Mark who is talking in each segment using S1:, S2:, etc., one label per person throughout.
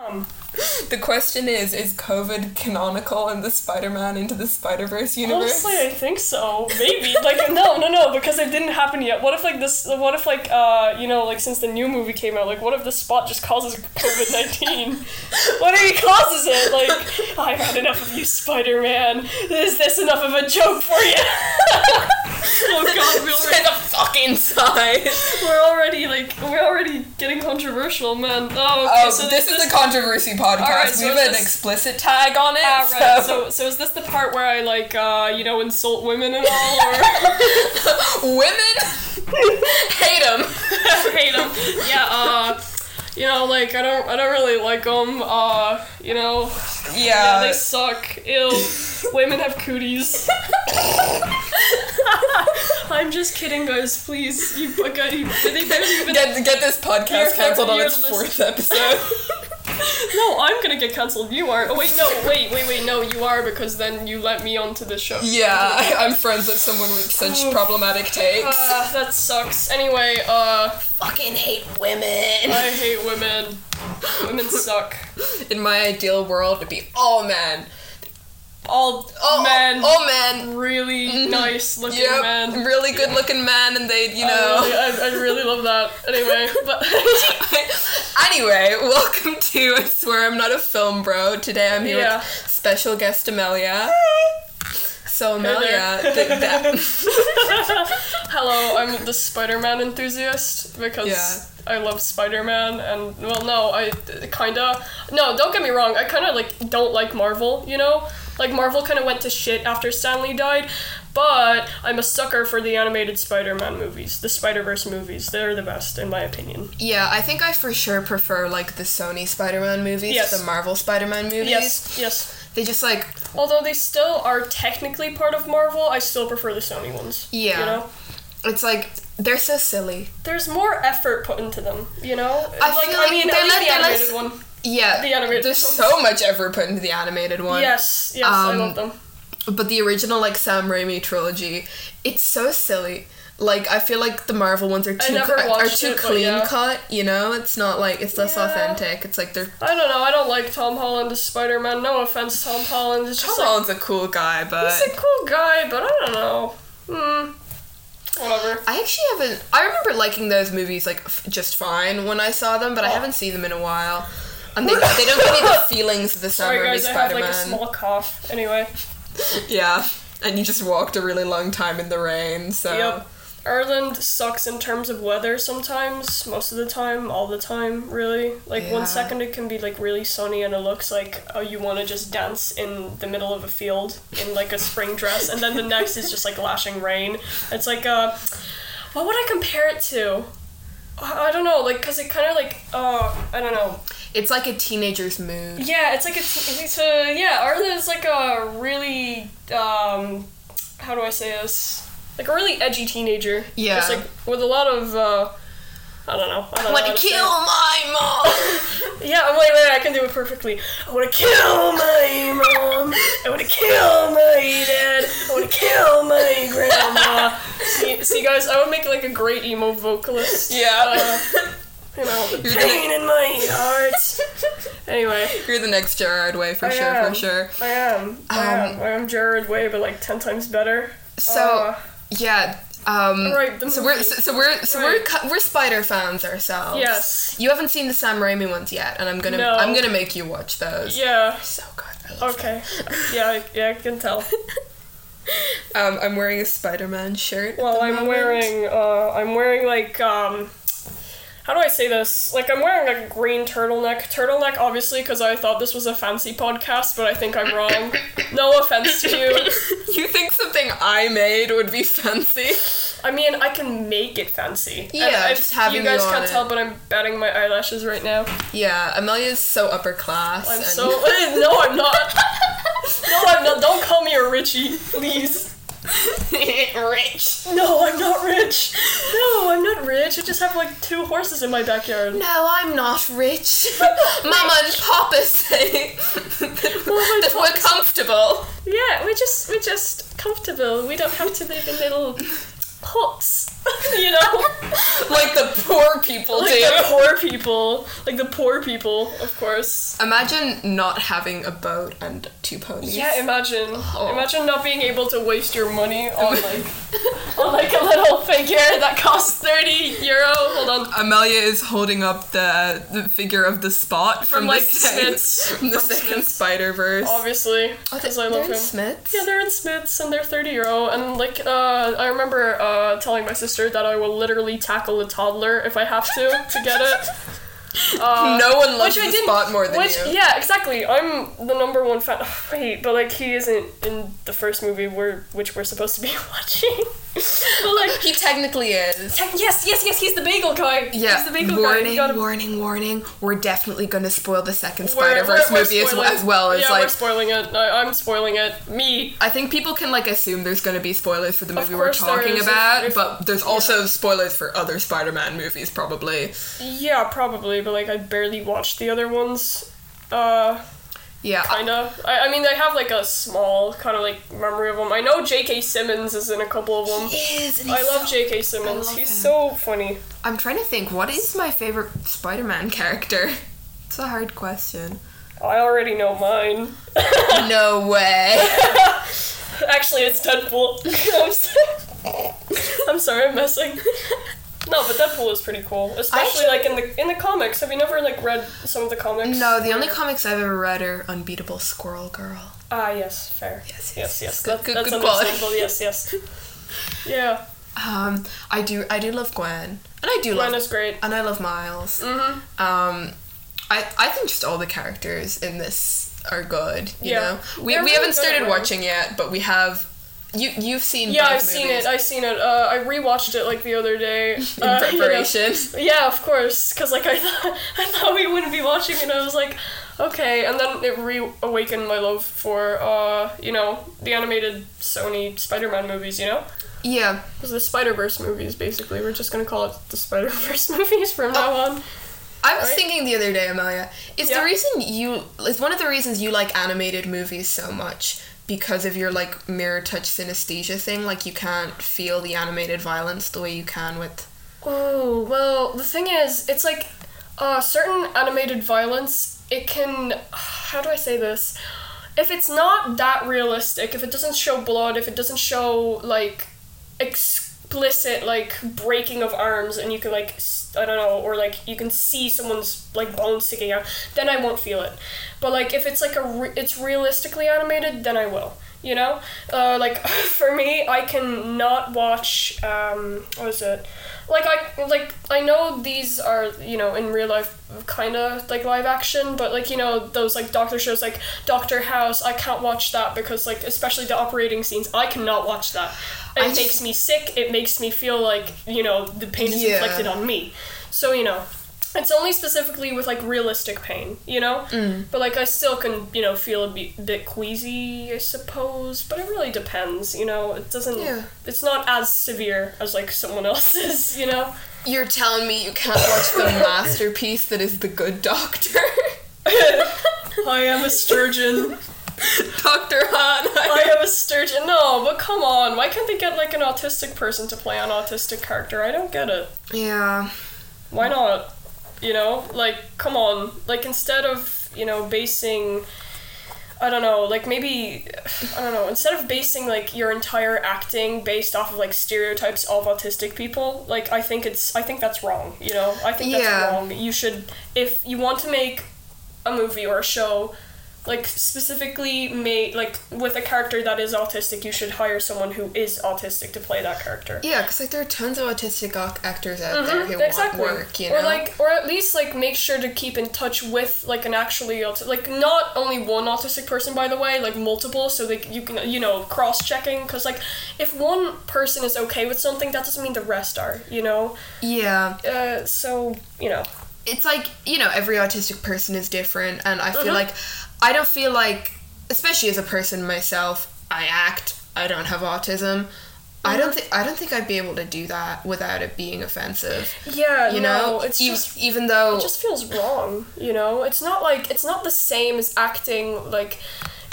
S1: Um, the question is: Is COVID canonical in the Spider-Man into the Spider-Verse universe?
S2: Honestly, I think so. Maybe like no, no, no, because it didn't happen yet. What if like this? What if like uh, you know, like since the new movie came out, like what if the spot just causes COVID nineteen? what if he causes it? Like I've had enough of you, Spider Man. Is this enough of a joke for you? oh God, we
S1: Stay
S2: already,
S1: the fuck inside.
S2: we're already like we're already getting controversial, man. Oh, okay,
S1: Um,
S2: so
S1: this is a controversy podcast.
S2: Alright, so
S1: we have
S2: is
S1: an
S2: this-
S1: explicit tag on it.
S2: Ah, right.
S1: so-
S2: So, so is this the part where I like, uh, you know, insult women and all, or
S1: Women hate them.
S2: hate them? um, Yeah. Uh, you know, like I don't, I don't really like them. Uh, you know, yeah,
S1: Yeah.
S2: they suck. Ill. women have cooties. I'm just kidding, guys. Please, you, I got you. They barely even.
S1: Get, get this
S2: You're-
S1: podcast cancelled on
S2: you're
S1: its
S2: the-
S1: fourth episode.
S2: No, I'm gonna get cancelled. You are. Oh wait, no, wait, wait, wait. No, you are because then you let me onto the show.
S1: yeah, I, I'm friends with someone with
S2: Oh.
S1: such problematic takes.
S2: Uh, that sucks. Anyway, uh,
S1: Fucking hate women.
S2: I hate women. Women suck.
S1: In my ideal world, it'd be all men.
S2: All
S1: All
S2: men,
S1: All men.
S2: really nice looking
S1: Mm-hmm. Yep.
S2: men. Oh,
S1: Really good looking men, and they'd, you
S2: I,
S1: know.
S2: really, I, I really love that. Anyway, but
S1: anyway, welcome to I Swear I'm Not a Film Bro. Today I'm here
S2: Yeah.
S1: with special guest Amelia. So, Amelia,
S2: there.
S1: th- that-
S2: hello, I'm the Spider-Man enthusiast because
S1: Yeah.
S2: I love Spider-Man and well, no, I uh, kinda no. Don't get me wrong. I kind of like don't like Marvel. You know, like Marvel kind of went to shit after Stanley died. But I'm a sucker for the animated Spider-Man movies, the Spider-Verse movies. They're the best, in my opinion.
S1: yeah, I think I for sure prefer like the Sony Spider Man movies
S2: Yes.
S1: to the Marvel Spider Man movies.
S2: Yes, yes.
S1: They just like,
S2: Although they still are technically part of Marvel, I still prefer the Sony ones.
S1: Yeah.
S2: You know?
S1: it's like, they're so silly.
S2: There's more effort put into them, you know?
S1: I feel
S2: at
S1: like they're
S2: least
S1: not-
S2: the
S1: they're not
S2: animated one.
S1: Yeah.
S2: The animated
S1: There's
S2: ones.
S1: so much effort put into the animated one.
S2: Yes, yes, I
S1: Um,
S2: love them.
S1: But the original, like, Sam Raimi trilogy, it's so silly. Like, I feel like the Marvel ones are too,
S2: never
S1: are- are
S2: watched
S1: too
S2: it, but
S1: clean
S2: yeah.
S1: cut, you know? It's not like, it's less
S2: Yeah.
S1: authentic. It's like they're.
S2: I don't know, I don't like Tom Holland as Spider Man. No offense, Tom Holland. It's
S1: Tom
S2: just
S1: Holland's a cool guy, but.
S2: like, he's a cool guy, but I don't know. Hmm. Whatever.
S1: I actually haven't. I remember liking those movies like f- just fine when I saw them, but I haven't seen them in a while. And they, they don't get any of the feelings of the Sam
S2: Sorry,
S1: Raimi
S2: guys, I have
S1: Spider
S2: like a
S1: Man.
S2: small cough. Anyway.
S1: Yeah, and you just walked a really long time in the rain, so.
S2: Yep. Ireland sucks in terms of weather sometimes, most of the time, all the time, really. Like
S1: Yeah.
S2: one second it can be like really sunny and it looks like oh you want to just dance in the middle of a field in like a spring dress and then the next is just like lashing rain. It's like uh what would I compare it to? I I don't know, like, cause it kind of like, uh, I don't know.
S1: It's like a teenager's mood.
S2: Yeah, it's like a, t- it's a, yeah, Ireland is like a really, um, how do I say this? Like a really edgy teenager.
S1: Yeah.
S2: Just like with a lot of, uh, I don't know. I don't know.
S1: want
S2: how
S1: to
S2: to say
S1: kill my
S2: it. Yeah, wait, wait, I can do it perfectly. I want to kill my mom. I want to kill my dad. I want to kill my grandma. see, see, guys, I would make like a great emo vocalist.
S1: Yeah.
S2: Uh, you know, the
S1: You're gonna-
S2: pain in my heart.
S1: mom!
S2: Anyway.
S1: You're the next Gerard Way for
S2: I
S1: sure,
S2: am.
S1: for sure.
S2: I am. I
S1: Um,
S2: am. I am Jared Way, but like ten times better.
S1: So
S2: Uh,
S1: yeah, um,
S2: Right, the
S1: so we're
S2: movie.
S1: so, so we're so we're
S2: Right.
S1: cu- we're Spider fans ourselves.
S2: Yes.
S1: You haven't seen the Sam Raimi ones yet, and I'm gonna
S2: No.
S1: I'm gonna make you watch those.
S2: yeah. Oh.
S1: So good. I love
S2: Okay. yeah. I- Yeah. I can tell.
S1: them. Um, I'm wearing a Spider-Man shirt. at
S2: Well,
S1: the
S2: I'm
S1: moment.
S2: wearing. Uh, I'm wearing like. Um, how do I say this? Like I'm wearing a green turtleneck. Turtleneck, obviously, because I thought this was a fancy podcast, but I think I'm wrong. no offense to you.
S1: you think something I made would be fancy?
S2: I mean, I can make it fancy.
S1: Yeah,
S2: I,
S1: just having
S2: you guys
S1: you on
S2: can't
S1: it.
S2: tell, but I'm batting my eyelashes right now.
S1: Yeah, Amelia's so upper class.
S2: I'm
S1: and
S2: so. no, I'm not. No, I'm not. Don't call me a Richie, please.
S1: rich.
S2: No, I'm not rich. No, I'm not rich. I just have like two horses in my backyard.
S1: No, I'm not rich. Mama and Papa say that,
S2: Mama and
S1: that we're comfortable.
S2: Yeah, we're just we're just comfortable. We don't have to live in little huts, you know,
S1: like the poor people
S2: like
S1: do.
S2: the poor people, like the poor people, of course.
S1: Imagine not having a boat and two ponies.
S2: Yeah, imagine.
S1: Oh.
S2: Imagine not being able to waste your money on like on like a little figure that costs 30 euro. Hold on.
S1: Amelia is holding up the, the figure of the spot from,
S2: From,
S1: the
S2: like,
S1: second,
S2: Smiths.
S1: from the
S2: From
S1: second
S2: Smiths.
S1: Spider Verse.
S2: Obviously, because I love him.
S1: Smiths.
S2: Yeah, they're in Smiths and they're 30 euro. And like, uh, I remember uh, telling my sister that I will literally tackle a toddler if I have to to get it. Uh,
S1: no one loves
S2: which I
S1: the
S2: didn't-
S1: spot more than
S2: which,
S1: you.
S2: Yeah, exactly. I'm the number one fan. wait, but like he isn't in the first movie we're which we're supposed to be watching. but like,
S1: He technically is.
S2: tech- yes, yes, yes, he's the bagel guy.
S1: Yeah.
S2: he's the bagel guy.
S1: warning,
S2: We gotta-
S1: warning, warning. We're definitely going to spoil the second
S2: we're-
S1: Spider Verse
S2: we're- we're
S1: movie as,
S2: spoiling-
S1: as well. It's
S2: yeah, we're
S1: like
S2: spoiling it. I, I'm spoiling it. Me.
S1: I think people can like assume there's going to be spoilers for the movie we're
S2: course there
S1: talking
S2: is, if-
S1: about,
S2: if-
S1: but there's also spoilers for other Spider-Man movies probably.
S2: Yeah, probably, but like I barely watched the other ones. Uh,
S1: Yeah. I-
S2: kind of. I, I mean, I have like a small kind of like memory of them. I know J.K. Simmons is in a couple of them.
S1: is, and
S2: I
S1: he's
S2: love
S1: so-
S2: J.K. Simmons.
S1: love
S2: He's
S1: him.
S2: so funny.
S1: I'm trying to think what is my favorite Spider-Man character. It's a hard question.
S2: I already know mine.
S1: no way.
S2: Actually, it's Deadpool. I'm sorry. I'm sorry, I'm messing. No, but Deadpool is pretty cool, especially like in the in the comics. Have you never like read some of the comics?
S1: No, the only comics I've ever read are Unbeatable Squirrel Girl.
S2: Ah, yes, fair.
S1: Yes,
S2: yes,
S1: yes,
S2: yes.
S1: Good-
S2: that-
S1: good-
S2: that's
S1: good quality.
S2: understandable. Yes, yes. Yeah,
S1: Um, I do I do love Gwen, and I do
S2: mine
S1: love
S2: is great.
S1: and I love Miles.
S2: Mm-hmm.
S1: Um, I I think just all the characters in this are good. You
S2: Yeah.
S1: know, we, we
S2: They're really
S1: haven't
S2: good
S1: started
S2: at
S1: watching yet, but we have. You you've seen
S2: Yeah,
S1: both
S2: I've seen
S1: movies
S2: it. I've seen it. Uh, I rewatched it like the other day.
S1: in
S2: uh, you know.
S1: preparation.
S2: Yeah, of course, because like I thought, I thought we wouldn't be watching, and I was like, okay, and then it reawakened my love for uh, you know, the animated Sony Spider-Man movies, you know,
S1: Yeah,
S2: because the Spider-Verse movies, basically, we're just gonna call it the Spider-Verse movies from
S1: Oh.
S2: now on.
S1: I was
S2: Right?
S1: thinking the other day, Amelia, is
S2: Yeah.
S1: the reason you is one of the reasons you like animated movies so much because of your like mirror touch synesthesia thing. Like you can't feel the animated violence the way you can with.
S2: Oh well, the thing is, it's like uh, certain animated violence. It can, how do I say this? If it's not that realistic, if it doesn't show blood, if it doesn't show like explicit like breaking of arms, and you can like s- I don't know, or like you can see someone's like bone sticking out, then I won't feel it. But like if it's like a re- it's realistically animated, then I will. You know, uh, like for me, I can not watch. Um, what is it? like I like I know these are you know in real life kind of like live action, but like you know those like doctor shows like Doctor House, I can't watch that because like especially the operating scenes, I cannot watch that. It
S1: I
S2: makes
S1: just-
S2: me sick. It makes me feel like you know the pain is
S1: Yeah.
S2: inflicted on me. So you know. It's only specifically with like realistic pain, you know.
S1: Mm.
S2: But like I still can, you know, feel a bit, bit queasy, I suppose. But it really depends, you know. It doesn't.
S1: Yeah.
S2: It's not as severe as like someone else's, you know.
S1: You're telling me you can't watch the masterpiece that is the Good Doctor,
S2: I am a sturgeon.
S1: Doctor
S2: I
S1: Han.
S2: am a sturgeon. No, but come on. Why can't they get like an autistic person to play an autistic character? I don't get it.
S1: Yeah.
S2: Why not? You know, like come on. Like instead of, you know, basing I don't know, like maybe I don't know, instead of basing like your entire acting based off of like stereotypes of autistic people, like I think it's I think that's wrong, you know. I think
S1: Yeah.
S2: that's wrong. You should if you want to make a movie or a show like specifically made like with a character that is autistic, you should hire someone who is autistic to play that character.
S1: Yeah, because like there are tons of autistic ac- actors out there
S2: Mhm,
S1: who want work, you know.
S2: Or like, or at least like make sure to keep in touch with like an actually auti- like not only one autistic person by the way, like multiple, so like you can you know cross checking because like if one person is okay with something, that doesn't mean the rest are, you know.
S1: yeah.
S2: Uh, so you know,
S1: it's like you know every autistic person is different and i feel
S2: Mm-hmm.
S1: like i don't feel like especially as a person myself i act i don't have autism i don't
S2: Mm-hmm.
S1: think i don't think i'd be able to do that without it being offensive
S2: yeah,
S1: you
S2: no,
S1: know
S2: it's
S1: E-
S2: just
S1: even though
S2: it just feels wrong you know it's not like it's not the same as acting like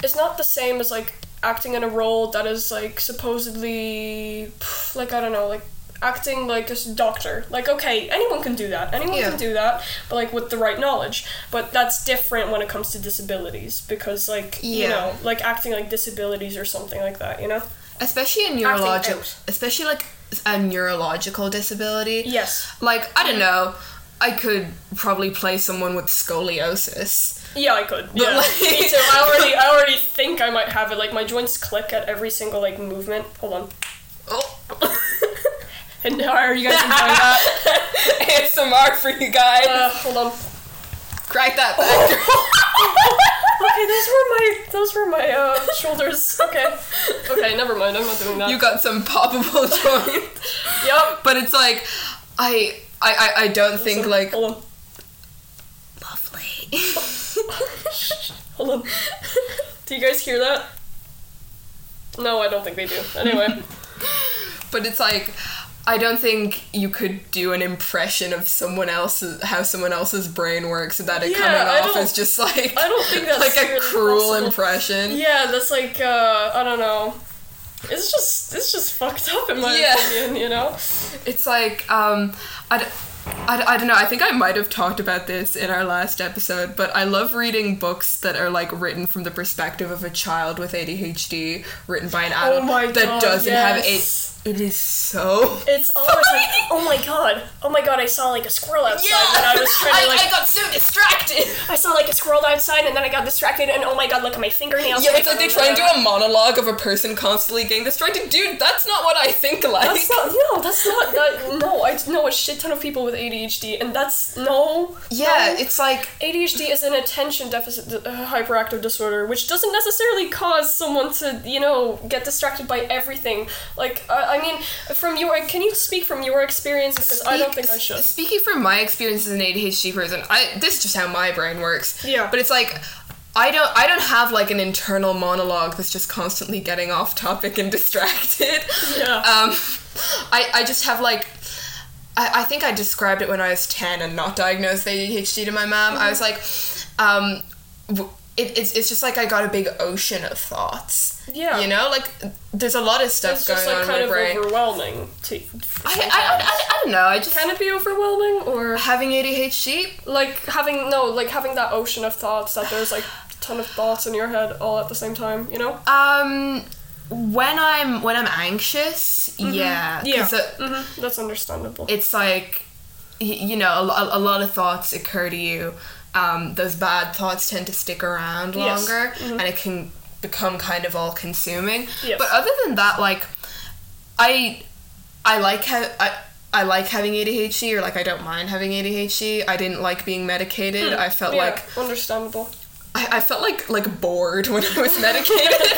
S2: it's not the same as like acting in a role that is like supposedly pff, like i don't know like acting like a s- doctor. Like, okay, anyone can do that. Anyone
S1: Yeah.
S2: can do that, but like with the right knowledge. But that's different when it comes to disabilities because, like, you
S1: Yeah.
S2: know, like acting like disabilities or something like that. You know?
S1: especially a
S2: Acting
S1: neurological,
S2: out.
S1: especially like a neurological disability.
S2: Yes.
S1: Like I don't know, I could probably play someone with scoliosis.
S2: Yeah, I could. Yeah,
S1: like-
S2: me too. I already, I already think I might have it. Like my joints click at every single like movement. Hold on.
S1: Oh,
S2: And how are you guys enjoying that?
S1: ASMR for you guys.
S2: Uh, hold on.
S1: Crack that back.
S2: Okay, those were my those were my uh, shoulders. Okay, okay, never mind. I'm not doing that.
S1: you got some poppable joint.
S2: yep.
S1: But it's like, I, I, I, I don't think
S2: So-
S1: like
S2: Hold on.
S1: lovely.
S2: Hold on. Do you guys hear that? No, I don't think they do. Anyway,
S1: but it's like, I don't think you could do an impression of someone else's how someone else's brain works without it
S2: Yeah, I
S1: coming off
S2: don't-
S1: as just like
S2: I don't think that's
S1: like a
S2: really
S1: cruel
S2: possible.
S1: impression.
S2: yeah, that's like uh, I don't know. It's just it's just fucked up in my
S1: Yeah.
S2: opinion, you know.
S1: It's like, um, I, d- I, d- I don't know, I think I might have talked about this in our last episode, but I love reading books that are like written from the perspective of a child with ADHD, written by an adult
S2: Oh my
S1: that
S2: God,
S1: doesn't
S2: yes.
S1: have it. It is so.
S2: It's always like, oh my god, oh my god, I saw like a squirrel outside, and I was trying to like
S1: got so distracted.
S2: I saw like a squirrel outside and then I got distracted and oh my god, look at my fingernails.
S1: Yeah, it's like
S2: oh,
S1: they try and do a monologue of a person constantly getting distracted. Dude, that's not what I think like.
S2: That's not no, that's not that no, I know a shit ton of people with ADHD and that's no Um,
S1: yeah,
S2: no.
S1: it's like
S2: ADHD is an attention deficit uh, hyperactive disorder, which doesn't necessarily cause someone to, you know, get distracted by everything. Like, I, I mean, from your, can you speak from your experience? Because I don't think I should.
S1: Speaking from my experience as an ADHD person, I this is just how my brain works.
S2: Yeah.
S1: But it's like I don't I don't have like an internal monologue that's just constantly getting off topic and distracted.
S2: Yeah.
S1: Um I, I just have like I, I think I described it when I was 10 and not diagnosed with ADHD to my mom. I was like,
S2: Mm-hmm.
S1: um, w- it, it's, it's just like I got a big ocean of thoughts.
S2: Yeah.
S1: You know, like there's a lot of stuff
S2: It's
S1: going
S2: just like
S1: on in
S2: kind
S1: my
S2: of
S1: brain.
S2: overwhelming. To,
S1: I, I, I, I don't know. I just
S2: can it be overwhelming or
S1: having ADHD.
S2: like having no like having that ocean of thoughts that there's like a ton of thoughts in your head all at the same time you know
S1: Um, when I'm when I'm anxious,
S2: Mm-hmm.
S1: yeah, 'cause it-
S2: hmm that's understandable
S1: it's like y- you know a, lo- a lot of thoughts occur to you. Um, those bad thoughts tend to stick around
S2: Yes. Mm-hmm.
S1: longer, and it can become kind of all consuming.
S2: Yes.
S1: But other than that, like I I like how I. I like having ADHD, or like I don't mind having ADHD. I didn't like being medicated. I felt
S2: Hmm. yeah,
S1: like
S2: understandable
S1: I, I felt like like bored when I was medicated.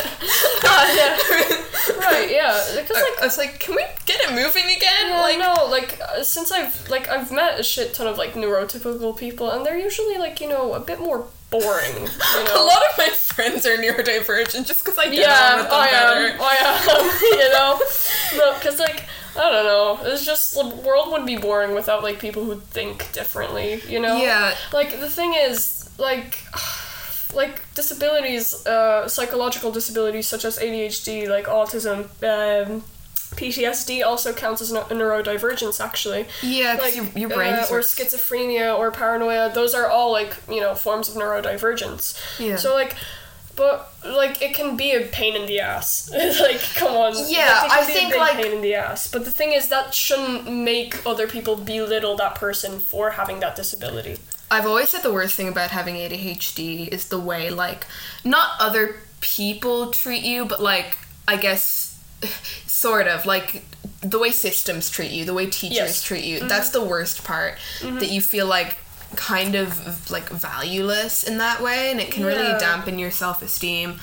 S2: right yeah because
S1: I,
S2: like
S1: I was like, can we get it moving again?
S2: yeah,
S1: like,
S2: no like uh, since I've like I've met a shit ton of like neurotypical people and they're usually like you know a bit more boring you
S1: a
S2: know
S1: lot of my friends are neurodivergent just because I get on
S2: yeah,
S1: with them
S2: I
S1: better.
S2: am. I am. you know, no, because like I don't know. It's just the world would be boring without like people who think differently. You know.
S1: Yeah.
S2: Like the thing is, like, like disabilities, uh, psychological disabilities such as ADHD, like autism, um, PTSD also counts as a neurodivergence actually
S1: Yeah, because
S2: like,
S1: your, your brain
S2: uh,
S1: is
S2: or schizophrenia or paranoia those are all like you know forms of neurodivergence
S1: Yeah.
S2: so like but like it can be a pain in the ass like come on
S1: Yeah,
S2: like, it can
S1: I
S2: be
S1: think,
S2: a big
S1: like-
S2: pain in the ass but the thing is that shouldn't make other people belittle that person for having that disability
S1: I've always said the worst thing about having ADHD is the way, like, not other people treat you, but, like, I guess, sort of, like, the way systems treat you, the way teachers
S2: Yes. Mm-hmm.
S1: treat you. That's the worst part. That you feel, like, kind of, like, valueless in that way, and it can
S2: Yeah.
S1: really dampen your self esteem.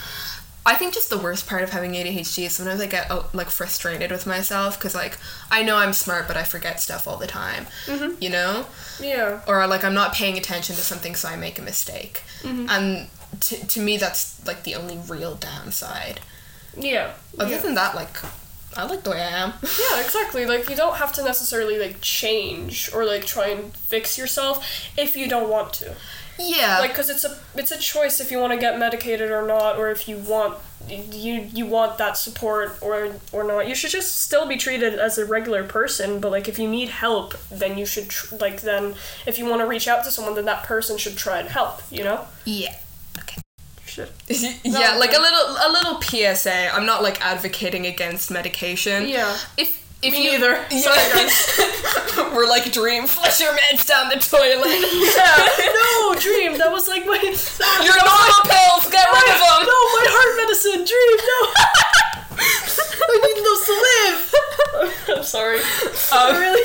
S1: I think just the worst part of having ADHD is sometimes I get oh, like frustrated with myself because like I know I'm smart but I forget stuff all the time,
S2: Mm-hmm.
S1: you know
S2: yeah
S1: or like I'm not paying attention to something, so I make a mistake.
S2: Mm-hmm.
S1: And to, to me, that's like the only real downside.
S2: yeah
S1: Other
S2: yeah.
S1: than that, like I like the way I am.
S2: Yeah, exactly. Like you don't have to necessarily like change or like try and fix yourself if you don't want to.
S1: Yeah.
S2: Like cuz it's a it's a choice if you want to get medicated or not or if you want you you want that support or or not. You should just still be treated as a regular person, but like if you need help, then you should tr- like then if you want to reach out to someone, then that person should try and help, you know?
S1: yeah. Okay.
S2: Shit.
S1: yeah,
S2: No,
S1: like
S2: no.
S1: a little a little PSA. I'm not like advocating against medication.
S2: Yeah.
S1: If if
S2: Me
S1: you
S2: neither. Sorry,
S1: Yeah. We're like dream flush your meds down the toilet.
S2: Yeah. no, dream. That was like my that
S1: Your normal pills, get rid of
S2: No,
S1: them.
S2: my heart medicine, dream. No. I need those to live. I'm sorry.
S1: Um,
S2: really?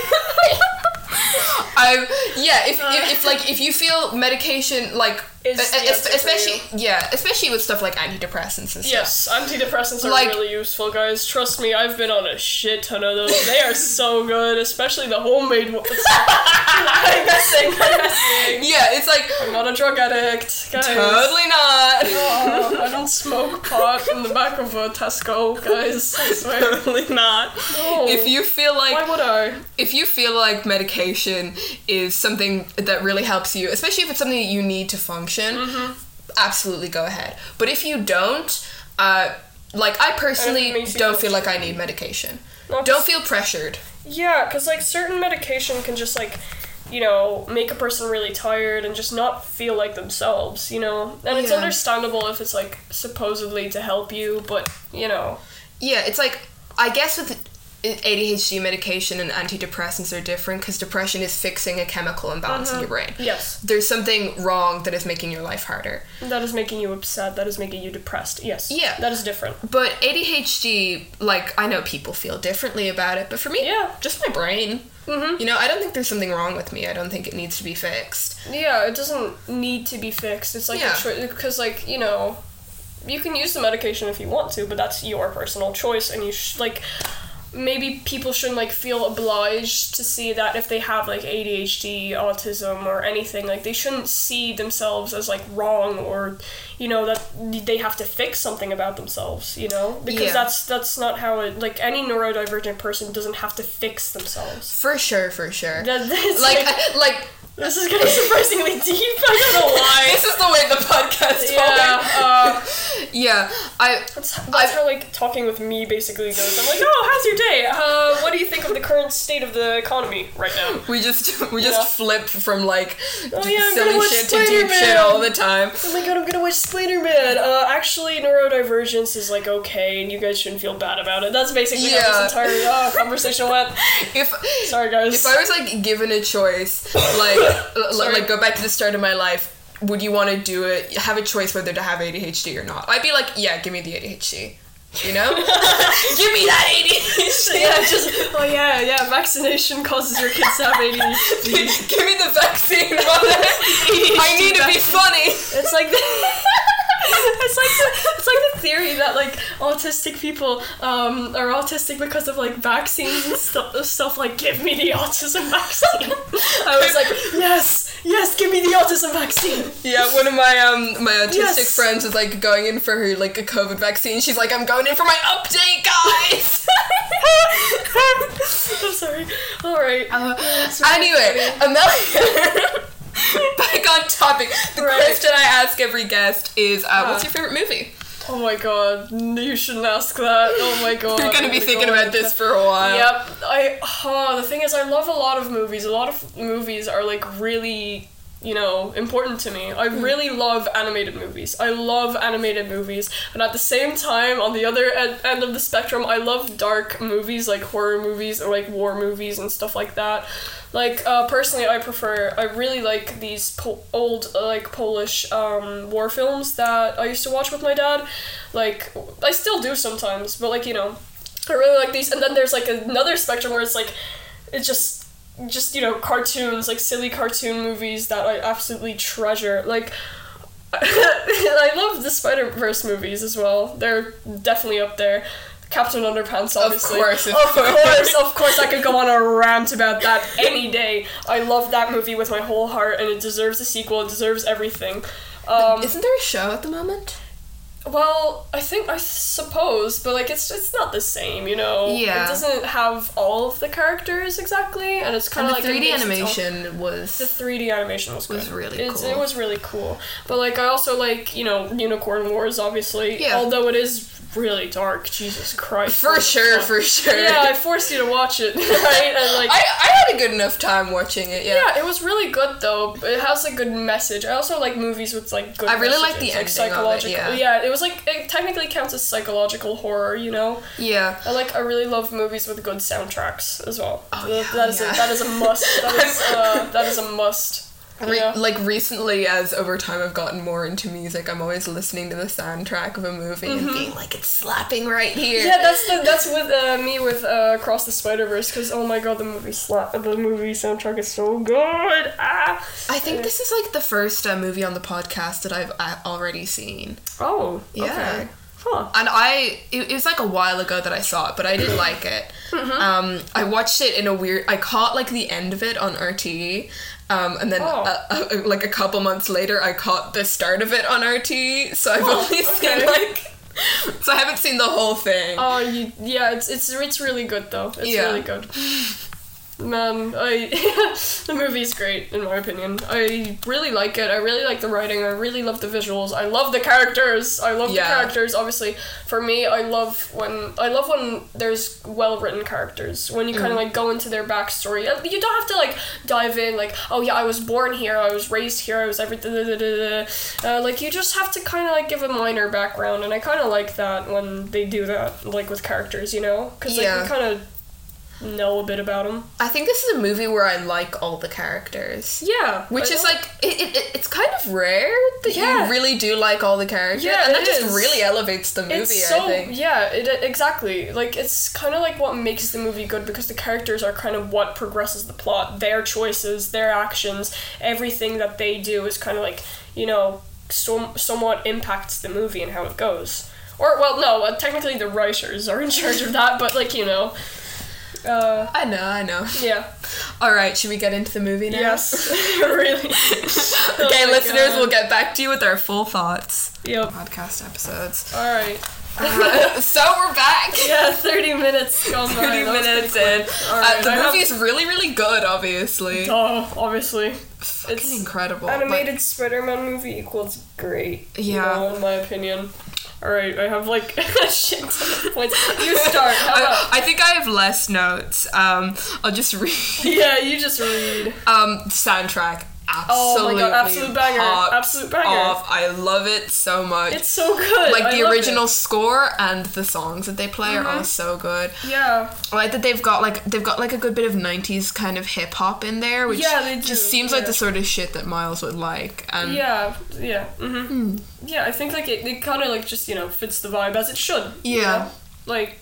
S1: I yeah. If, if, if like if you feel medication like
S2: Is
S1: e-
S2: the
S1: e-
S2: answer for
S1: especially yeah especially with stuff like antidepressants and stuff.
S2: Yes, antidepressants are
S1: Like-
S2: really useful, guys. Trust me, I've been on a shit ton of those. They are so good, especially the homemade ones. I'm messing, I'm messing.
S1: Yeah, it's like
S2: I'm not a drug addict, guys.
S1: totally not.
S2: Oh, I don't smoke pot in the back of a Tesco, guys. I swear.
S1: Totally not.
S2: No.
S1: If you feel like
S2: Why would I?
S1: if you feel like medication is something that really helps you, especially if it's something that you need to function,
S2: Mm-hmm.
S1: absolutely go ahead. But if you don't, uh, like I personally
S2: And if it makes you
S1: don't
S2: feel
S1: feel like I need medication.
S2: No,
S1: Don't feel pressured.
S2: Yeah, because like certain medication can just like, you know, make a person really tired and just not feel like themselves, you know? And it's
S1: Yeah.
S2: understandable if it's like supposedly to help you, but you know.
S1: Yeah, it's like I guess with ADHD medication and antidepressants are different because depression is fixing a chemical imbalance
S2: Uh-huh.
S1: in your brain.
S2: Yes.
S1: There's something wrong that is making your life harder.
S2: That is making you upset, that is making you depressed. Yes.
S1: Yeah.
S2: That is different.
S1: But ADHD, like I know people feel differently about it, Mm-hmm. but for me,
S2: Yeah.
S1: just my brain. You know, I don't think there's something wrong with me. I don't think it needs to be fixed.
S2: Yeah, it doesn't need to be fixed. It's like
S1: Yeah.
S2: because like, you know, you can use the medication if you want to, but that's your personal choice and you sh- like maybe people shouldn't like feel obliged to see that if they have like ADHD, autism or anything. Like they shouldn't see themselves as like wrong or you know that they have to fix something about themselves, you know? Because
S1: Yeah.
S2: that's that's not how it like any neurodivergent person doesn't have to fix themselves.
S1: For sure, for sure.
S2: That- that's, like
S1: Like, I- like
S2: this is getting surprisingly deep. I don't know why.
S1: this is the way the podcast.
S2: Yeah,
S1: Yeah,
S2: uh,
S1: yeah. I
S2: that's, that's how like talking with me basically goes. I'm like, oh, how's your day? Uh, what do you think of the current state of the economy right now?
S1: we just we just
S2: Yeah. Oh,
S1: flip from like
S2: yeah, I'm gonna
S1: silly
S2: watch
S1: shit to deep shit
S2: Spider-Man.
S1: all the time.
S2: Oh my god, I'm gonna watch Spider Man. Uh, actually, neurodivergence is like okay, and you guys shouldn't feel bad about it. That's basically how
S1: Yeah.
S2: this entire uh, conversation went.
S1: If
S2: Sorry, guys.
S1: If I was like given a choice, like l-
S2: Sorry.
S1: like go back to the start of my life, would you want to do it? Have a choice whether to have ADHD or not? I'd be like, yeah, give me the ADHD. You know, give me that ADHD.
S2: yeah, just oh yeah, yeah. Vaccination causes your kids to have ADHD.
S1: give me the vaccine, mother. I need to be funny.
S2: It's like the, it's like the, it's like the theory that like autistic people um, are autistic because of like vaccines and stuff. Stuff like give me the autism vaccine. I was like yes, yes, give me the autism vaccine.
S1: Yeah, one of my um my autistic
S2: Yes.
S1: friends is like going in for her like a COVID vaccine. She's like, I'm going in for my update, guys.
S2: I'm sorry. All right.
S1: Uh, Anyway, Amelia. back on topic. The
S2: Right.
S1: question I ask every guest is, uh, what's your favorite movie?
S2: oh my god, you shouldn't ask that. Oh my god.
S1: You're gonna
S2: Oh
S1: be
S2: my
S1: thinking
S2: God.
S1: about this for a while.
S2: Yep. I oh, the thing is I love a lot of movies. A lot of movies are like really, you know, important to me. I really love animated movies. I love animated movies. And at the same time, on the other end, end of the spectrum, I love dark movies like horror movies or like war movies and stuff like that. Like uh, personally, I prefer. I really like these po- old uh, like Polish um, war films that I used to watch with my dad. Like I still do sometimes, but like you know, I really like these. And then there's like another spectrum where it's like, it's just, just you know, cartoons like silly cartoon movies that I absolutely treasure. Like, and I love the Spider Verse movies as well. They're definitely up there. Captain Underpants, obviously.
S1: course,
S2: of
S1: of
S2: course,
S1: course.
S2: of course. I could go on a rant about that any day. I love that movie with my whole heart, and it deserves a sequel. It deserves everything. Um,
S1: Isn't there a show at the moment?
S2: Well, I think I suppose, but like it's it's not the same, you know.
S1: Yeah.
S2: It doesn't have all of the characters exactly, and it's kind
S1: And
S2: of
S1: the
S2: like it
S1: 3D
S2: makes Oh its own-
S1: animation
S2: The
S1: was
S2: 3D animation was good.
S1: Was really
S2: It's- It
S1: cool.
S2: was really cool. But like I also like, you know, Unicorn Wars obviously,
S1: Yeah.
S2: although it is really dark. Jesus Christ.
S1: for sure,
S2: Uh,
S1: for sure.
S2: Yeah, I forced you to watch it, right? And like
S1: I, I had a good enough time watching it. Yeah.
S2: yeah, it was really good though. It has a good message. I also like movies with like good.
S1: I really like
S2: messages,
S1: the
S2: like
S1: ending of it,
S2: psychological. yeah, it was like it technically counts as psychological horror. You know,
S1: Yeah.
S2: I like I really love movies with good soundtracks as well.
S1: Oh,
S2: Th-
S1: yeah,
S2: that is
S1: yeah.
S2: a, that is a must. That is uh, that is a must. you
S1: Re-
S2: know?
S1: Like recently, as over time I've gotten more into music, I'm always listening to the soundtrack of a movie and being like, it's slapping right here.
S2: Mm-hmm. Yeah, that's the that's with uh, me with uh, Across the Spider Verse because oh my god the movie slap the movie soundtrack is so good ah
S1: I think this is like the first uh, movie on the podcast that I've uh, already seen.
S2: oh
S1: Yeah.
S2: okay huh
S1: and I it, it was like a while ago that I saw it, but I did like it.
S2: Mm-hmm.
S1: Um, I watched it in a weird. I caught like the end of it on RTE, um, and then
S2: Oh.
S1: uh, uh, like a couple months later, I caught the start of it on RTE. So I've
S2: Oh,
S1: only
S2: okay.
S1: seen like. So I haven't seen the whole thing.
S2: Oh, you, yeah, it's it's it's really good though. It's
S1: Yeah.
S2: really good. Man, I the movie's great in my opinion. I really like it. I really like the writing. I really love the visuals. I love the characters. I love
S1: Yeah.
S2: the characters. Obviously, for me, I love when I love when there's well written characters. When you
S1: Mm.
S2: kind of like go into their backstory. Uh, You don't have to like dive in like, oh yeah, I was born here. I was raised here. I was everything. Uh, like you just have to kind of like give a minor background, and I kind of like that when they do that, like with characters, you know, because like,
S1: Yeah.
S2: you kind of know a bit about them.
S1: I think this is a movie where I like all the characters.
S2: Yeah,
S1: Which
S2: I
S1: is
S2: know.
S1: like it, it, it- it's kind of rare that
S2: Yeah.
S1: you really do like all the characters,
S2: Yeah,
S1: and that
S2: it
S1: just
S2: is.
S1: really elevates the movie.
S2: it's so
S1: I think.
S2: yeah, it, it- exactly. Like it's kind of like what makes the movie good because the characters are kind of what progresses the plot. Their choices, their actions, everything that they do is kind of like you know some, somewhat impacts the movie and how it goes. Or well, no, uh, technically the writers are in charge of that, but like you know, uh,
S1: I know, I know.
S2: yeah,
S1: All right, should we get into the movie now?
S2: yes, really.
S1: okay,
S2: Oh my
S1: listeners,
S2: God.
S1: we'll get back to you with our full thoughts.
S2: Yep.
S1: Podcast episodes.
S2: All right.
S1: so we're back.
S2: Yeah, thirty minutes gone by.
S1: 30
S2: That was pretty
S1: minutes
S2: quick.
S1: in.
S2: All right,
S1: uh, the
S2: I have-
S1: movie's really, really good, obviously.
S2: Oh, obviously.
S1: Fucking incredible. but-
S2: animated Spider-Man movie equals great. you
S1: Yeah.
S2: know, in my opinion. All right, I have like shit ton of points. You start. How about?
S1: I, I think I have less notes. Um, I'll just read.
S2: Yeah, you just read.
S1: Um, soundtrack.
S2: Oh
S1: Absolutely.
S2: my god, absolute banger,
S1: pops
S2: absolute banger.
S1: Off. I love it so much.
S2: It's so good.
S1: like
S2: I Uh-huh.
S1: the
S2: loved
S1: original score and the songs that they play are all so good.
S2: it. Yeah.
S1: I like that they've got like they've got like a good bit of 90s kind of hip hop in there which
S2: Yeah, they do,
S1: just seems like
S2: yeah.
S1: the sort of shit that Miles would like and
S2: Yeah, yeah, hmm yeah. I think like it, it kind of like just you know fits the vibe as it should. you
S1: Yeah.
S2: know? Like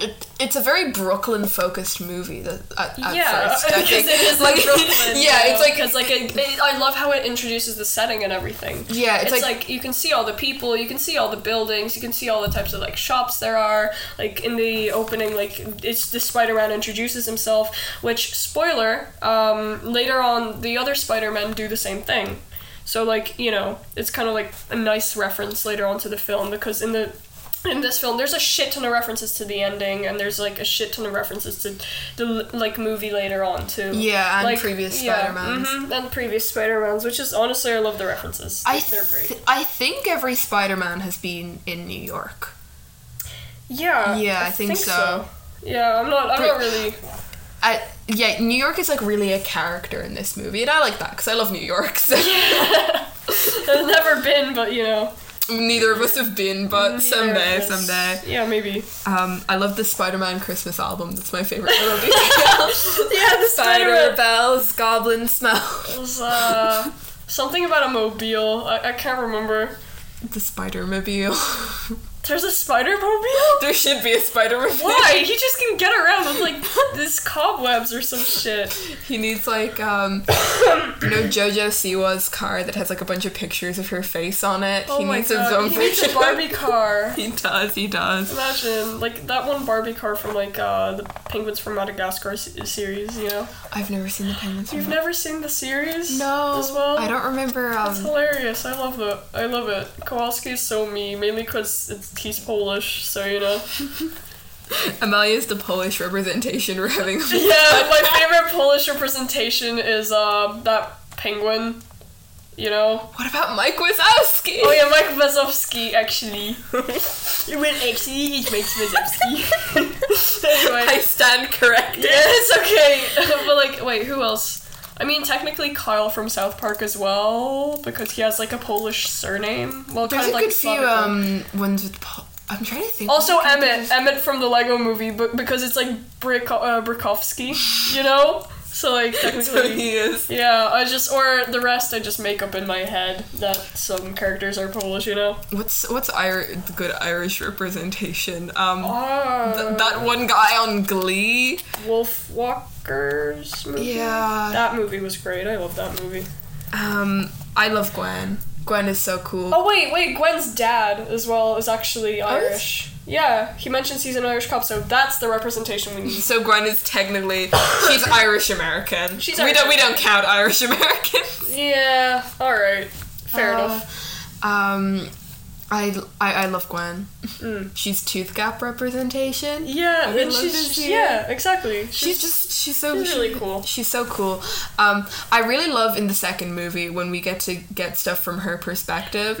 S1: it, it's a very Brooklyn focused movie that at, at
S2: yeah,
S1: first I
S2: because
S1: think
S2: it is
S1: like
S2: like Brooklyn.
S1: yeah it's like
S2: because like it, it, I love how it introduces the setting and everything.
S1: yeah it's,
S2: it's,
S1: like,
S2: like, you can see all the people, you can see all the buildings, you can see all the types of like shops there are. Like in the opening, like it's the Spider-Man introduces himself, which spoiler, um, later on the other Spider-Men do the same thing. So like you know, it's kind of like a nice reference later on to the film because in the in this film there's a shit ton of references to the ending and there's like a shit ton of references to the like movie later on too
S1: Yeah, and
S2: Like,
S1: previous
S2: yeah,
S1: Spider-Mans.
S2: mhm, and previous spider-mans which is honestly i love the references
S1: I
S2: they're great
S1: th- I think every Spider Man has been in New York
S2: Yeah.
S1: Yeah, I think so.
S2: Yeah, I'm not. I'm
S1: Bru-
S2: not really.
S1: I, yeah New York is like really a character in this movie and I like that because I love New York so
S2: I've never been, but you know.
S1: neither of us have been but
S2: neither
S1: someday
S2: of us-
S1: someday
S2: Yeah, maybe.
S1: Um, I love the Spider-Man Christmas album. That's my favorite melody.
S2: Yeah, the
S1: Spider
S2: Spider.
S1: bells, goblin smell.
S2: was uh, something about a mobile. I, I can't remember.
S1: The Spider Mobile.
S2: There's a spider mobile?
S1: There should be a spider mobile.
S2: Why? He just can get around with like this cobwebs or some shit.
S1: He needs like um you know Jojo Siwa's car that has like a bunch of pictures of her face on it.
S2: Oh
S1: he
S2: my
S1: needs his
S2: god.
S1: own
S2: He needs a
S1: version of-
S2: Barbie car.
S1: He does, he does.
S2: Imagine like that one Barbie car from like uh, the Penguins from Madagascar se- series. You know,
S1: I've never seen the penguins.
S2: you've
S1: before.
S2: never seen the series.
S1: no,
S2: as well.
S1: I don't remember.
S2: It's
S1: Um,
S2: hilarious. I love it. I love it. Kowalski is so me, mainly because it's he's Polish. So you know.
S1: Amelia's the Polish representation we're having.
S2: yeah, my favorite Polish representation is uh, that penguin. You know.
S1: What about Mike Wazowski?
S2: Oh yeah, Mike Wazowski actually. well, actually, it's Mike Wazowski. anyway.
S1: I stand corrected.
S2: Yeah, it's okay. but like, wait, who else? I mean, technically Kyle from South Park as well, because he has like a Polish surname. Well, kind
S1: There's
S2: of
S1: a
S2: like
S1: good few
S2: Slavic one.
S1: um ones with. Po- I'm trying to think.
S2: Also Emmett, Emmett from the Lego Movie, but because it's like Brick uh, Brikovsky, you know. So like
S1: so
S2: technically,
S1: he is.
S2: yeah. I just or the rest I just make up in my head that some characters are Polish, you know.
S1: What's what's Ir- good Irish representation? Um,
S2: Ah,
S1: th- that one guy on Glee.
S2: Wolf Walkers movie.
S1: Yeah.
S2: that movie was great. I love that movie.
S1: Um, I love Gwen. Gwen is so cool.
S2: Oh wait, wait, Gwen's dad as well is actually
S1: Oh, is-
S2: Irish. Yeah, he mentions he's an Irish cop, so that's the representation we need.
S1: So Gwen is technically she's Irish American.
S2: She's
S1: we
S2: Irish
S1: don't we don't count Irish Americans.
S2: Yeah, all right, fair enough.
S1: Uh, Um, I, I I love Gwen.
S2: Mm.
S1: She's tooth gap representation.
S2: Yeah,
S1: would
S2: and
S1: love
S2: she's
S1: to
S2: just,
S1: see
S2: yeah, exactly.
S1: She's just she's so
S2: she's really cool.
S1: She's so cool. Um, I really love in the second movie when we get to get stuff from her perspective.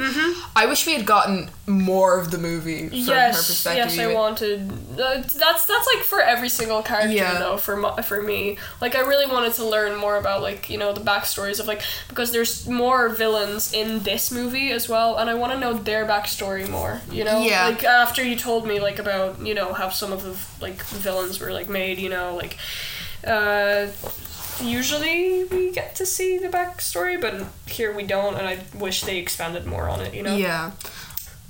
S1: I wish we had gotten more of the movie from her
S2: Mm-hmm. yes,
S1: perspective.
S2: yes, I
S1: even.
S2: wanted. Uh, that's that's like for every single character
S1: Yeah.
S2: though. For my, for me, like I really wanted to learn more about like you know the backstories of like because there's more villains in this movie as well, and I want to know their backstory more. You know,
S1: Yeah.
S2: Like after you told me like about you know how some of the like villains were like made. You know, like. Uh, usually we get to see the backstory, but here we don't, and I wish they expanded more on it. You know.
S1: Yeah.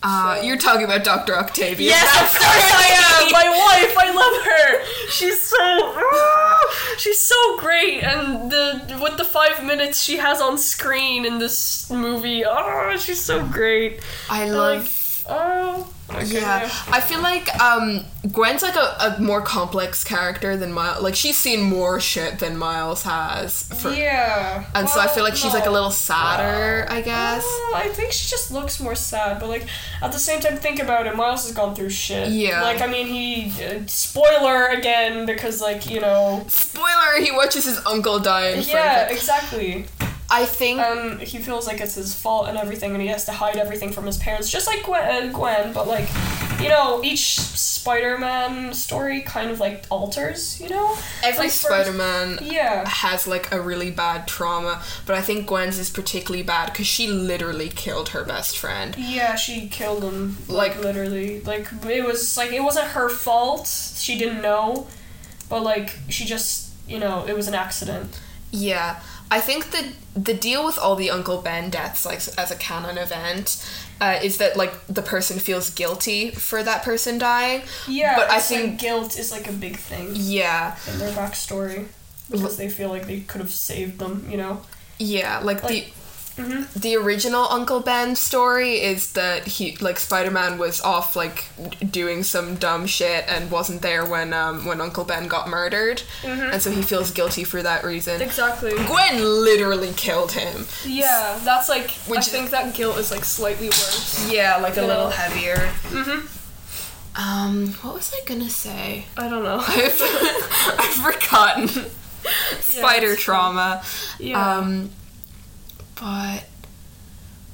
S1: Uh,
S2: So-
S1: You're talking about Dr. Octavia.
S2: Yes, of course I am. My wife, I love her. She's so ah, she's so great, and the with the five minutes she has on screen in this movie, oh, she's so great.
S1: I
S2: Like,
S1: love.
S2: oh, okay.
S1: yeah. I feel like um, Gwen's like a, a more complex character than Miles. Like she's seen more shit than Miles has, for,
S2: Yeah.
S1: and so I feel like she's like a
S2: Well,
S1: little sadder, I guess.
S2: Oh, I think she just looks more sad, but like at the same time, think about it. Miles has gone through shit.
S1: Yeah.
S2: Like I mean, he uh, spoiler again because like you know.
S1: Spoiler: He watches his uncle die in front
S2: Yeah,
S1: of him.
S2: exactly.
S1: I think
S2: um, he feels like it's his fault and everything, and he has to hide everything from his parents, just like Gwen. Uh, Gwen but like, you know, each Spider-Man story kind of like alters, you know.
S1: every
S2: like, for-
S1: Spider-Man
S2: Yeah.
S1: has like a really bad trauma, but I think Gwen's is particularly bad because she literally killed her best friend.
S2: Yeah, she killed him.
S1: Like-
S2: like literally, like it was like it wasn't her fault. She didn't know, but like she just. You know, it was an accident.
S1: Yeah, I think that the deal with all the Uncle Ben deaths, like as a canon event, uh, is that like the person feels guilty for that person dying.
S2: Yeah,
S1: But I
S2: it's, like,
S1: think-
S2: guilt is like a big thing
S1: Yeah,
S2: in their backstory because they feel like they could have saved them. You know.
S1: yeah, like, mm-hmm.
S2: Like-
S1: the. The original Uncle Ben story is that he like Spider Man was off like doing some dumb shit and wasn't there when um when Uncle Ben got murdered, and so he feels guilty for that reason.
S2: Exactly.
S1: Gwen literally killed him.
S2: Yeah, that's like.
S1: Which-
S2: I think that guilt is like slightly worse.
S1: Yeah, like a
S2: Yeah.
S1: little heavier.
S2: Mm-hmm.
S1: Um, what was I gonna say?
S2: I don't know.
S1: I've, I've forgotten spider
S2: it's fine.
S1: trauma.
S2: Yeah.
S1: Um, but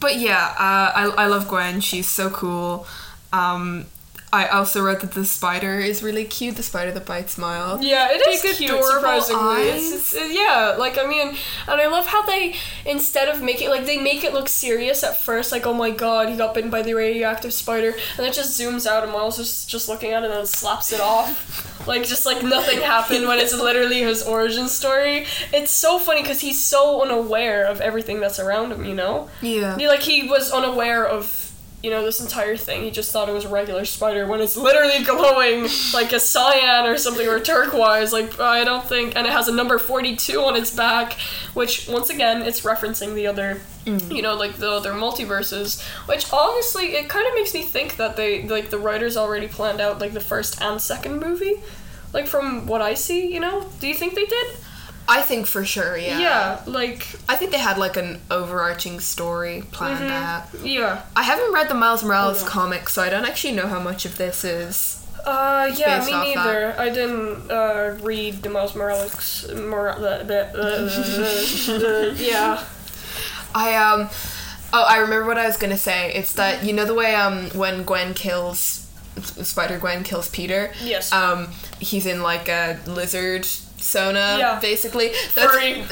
S1: but yeah, uh, I I love Gwen. She's so cool. Um, I also wrote that the spider is really cute. The spider that bites Miles.
S2: yeah, it is
S1: Big
S2: cute.
S1: adorable
S2: Surprisingly,
S1: eyes.
S2: it's, it's, it- yeah. Like I mean, and I love how they instead of making like they make it look serious at first, like oh my god, he got bitten by the radioactive spider, and it just zooms out, and Miles is just looking at it and slaps it off, like just like nothing happened when it's literally his origin story. It's so funny because he's so unaware of everything that's around him, you know.
S1: Yeah.
S2: Yeah, like he was unaware of you know, this entire thing, he just thought it was a regular spider when it's literally glowing like a cyan or something or turquoise. Like, I don't think. And it has a number 42 on its back, which, once again, it's referencing the other, you know, like the other multiverses. Which, honestly, it kind of makes me think that they, like, the writers already planned out, like, the first and second movie. Like, from what I see, you know? Do you think they did?
S1: I think for sure, yeah.
S2: Yeah, like,
S1: I think they had like an overarching story planned out.
S2: yeah.
S1: I haven't read the Miles Morales
S2: Mm-hmm. Oh, no.
S1: comic, so I don't actually know how much of this is.
S2: Uh, yeah,
S1: based
S2: me
S1: off that.
S2: neither. I didn't uh, read the Miles Morales. Mor- the, the, the, uh, the, the, yeah.
S1: I um oh I remember what I was gonna say. It's that you know the way um when Gwen kills Spider Gwen kills Peter.
S2: Yes.
S1: Um he's in like a lizard sona
S2: Yeah.
S1: basically.
S2: Furry.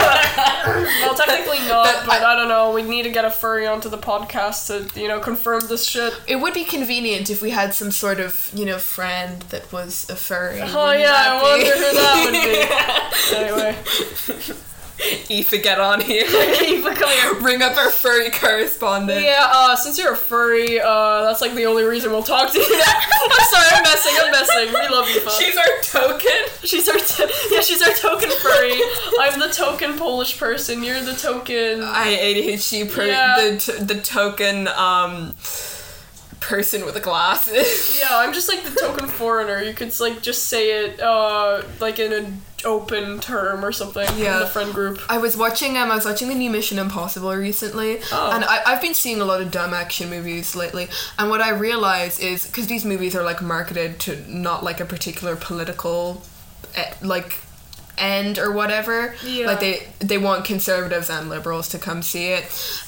S2: well, technically not,
S1: That-
S2: but I don't know. We need to get a furry onto the podcast to, you know, confirm this shit.
S1: It would be convenient if we had some sort of you know friend that was a furry.
S2: Oh, yeah, I wonder who that would be. Anyway.
S1: Aoife, get E, on here. Aoife, come here. Bring up our furry correspondent.
S2: Yeah, uh, since you're a furry, uh, that's like the only reason we'll talk to you. I'm sorry, I'm messing, I'm messing. We love you, folks.
S1: She's our token.
S2: She's our t- yeah, she's our token furry. I'm the token Polish person. You're the token.
S1: I ADHD per
S2: Yeah.
S1: the t- the token um person with the glasses.
S2: Yeah, I'm just like the token foreigner. You could like just say it uh like in an open term or something in
S1: Yeah.
S2: the friend group.
S1: I was watching um I was watching the new Mission Impossible recently,
S2: Oh.
S1: and I, I've been seeing a lot of dumb action movies lately. And what I realize is because these movies are like marketed to not like a particular political, eh, like end or whatever.
S2: Yeah.
S1: Like they they want conservatives and liberals to come see it.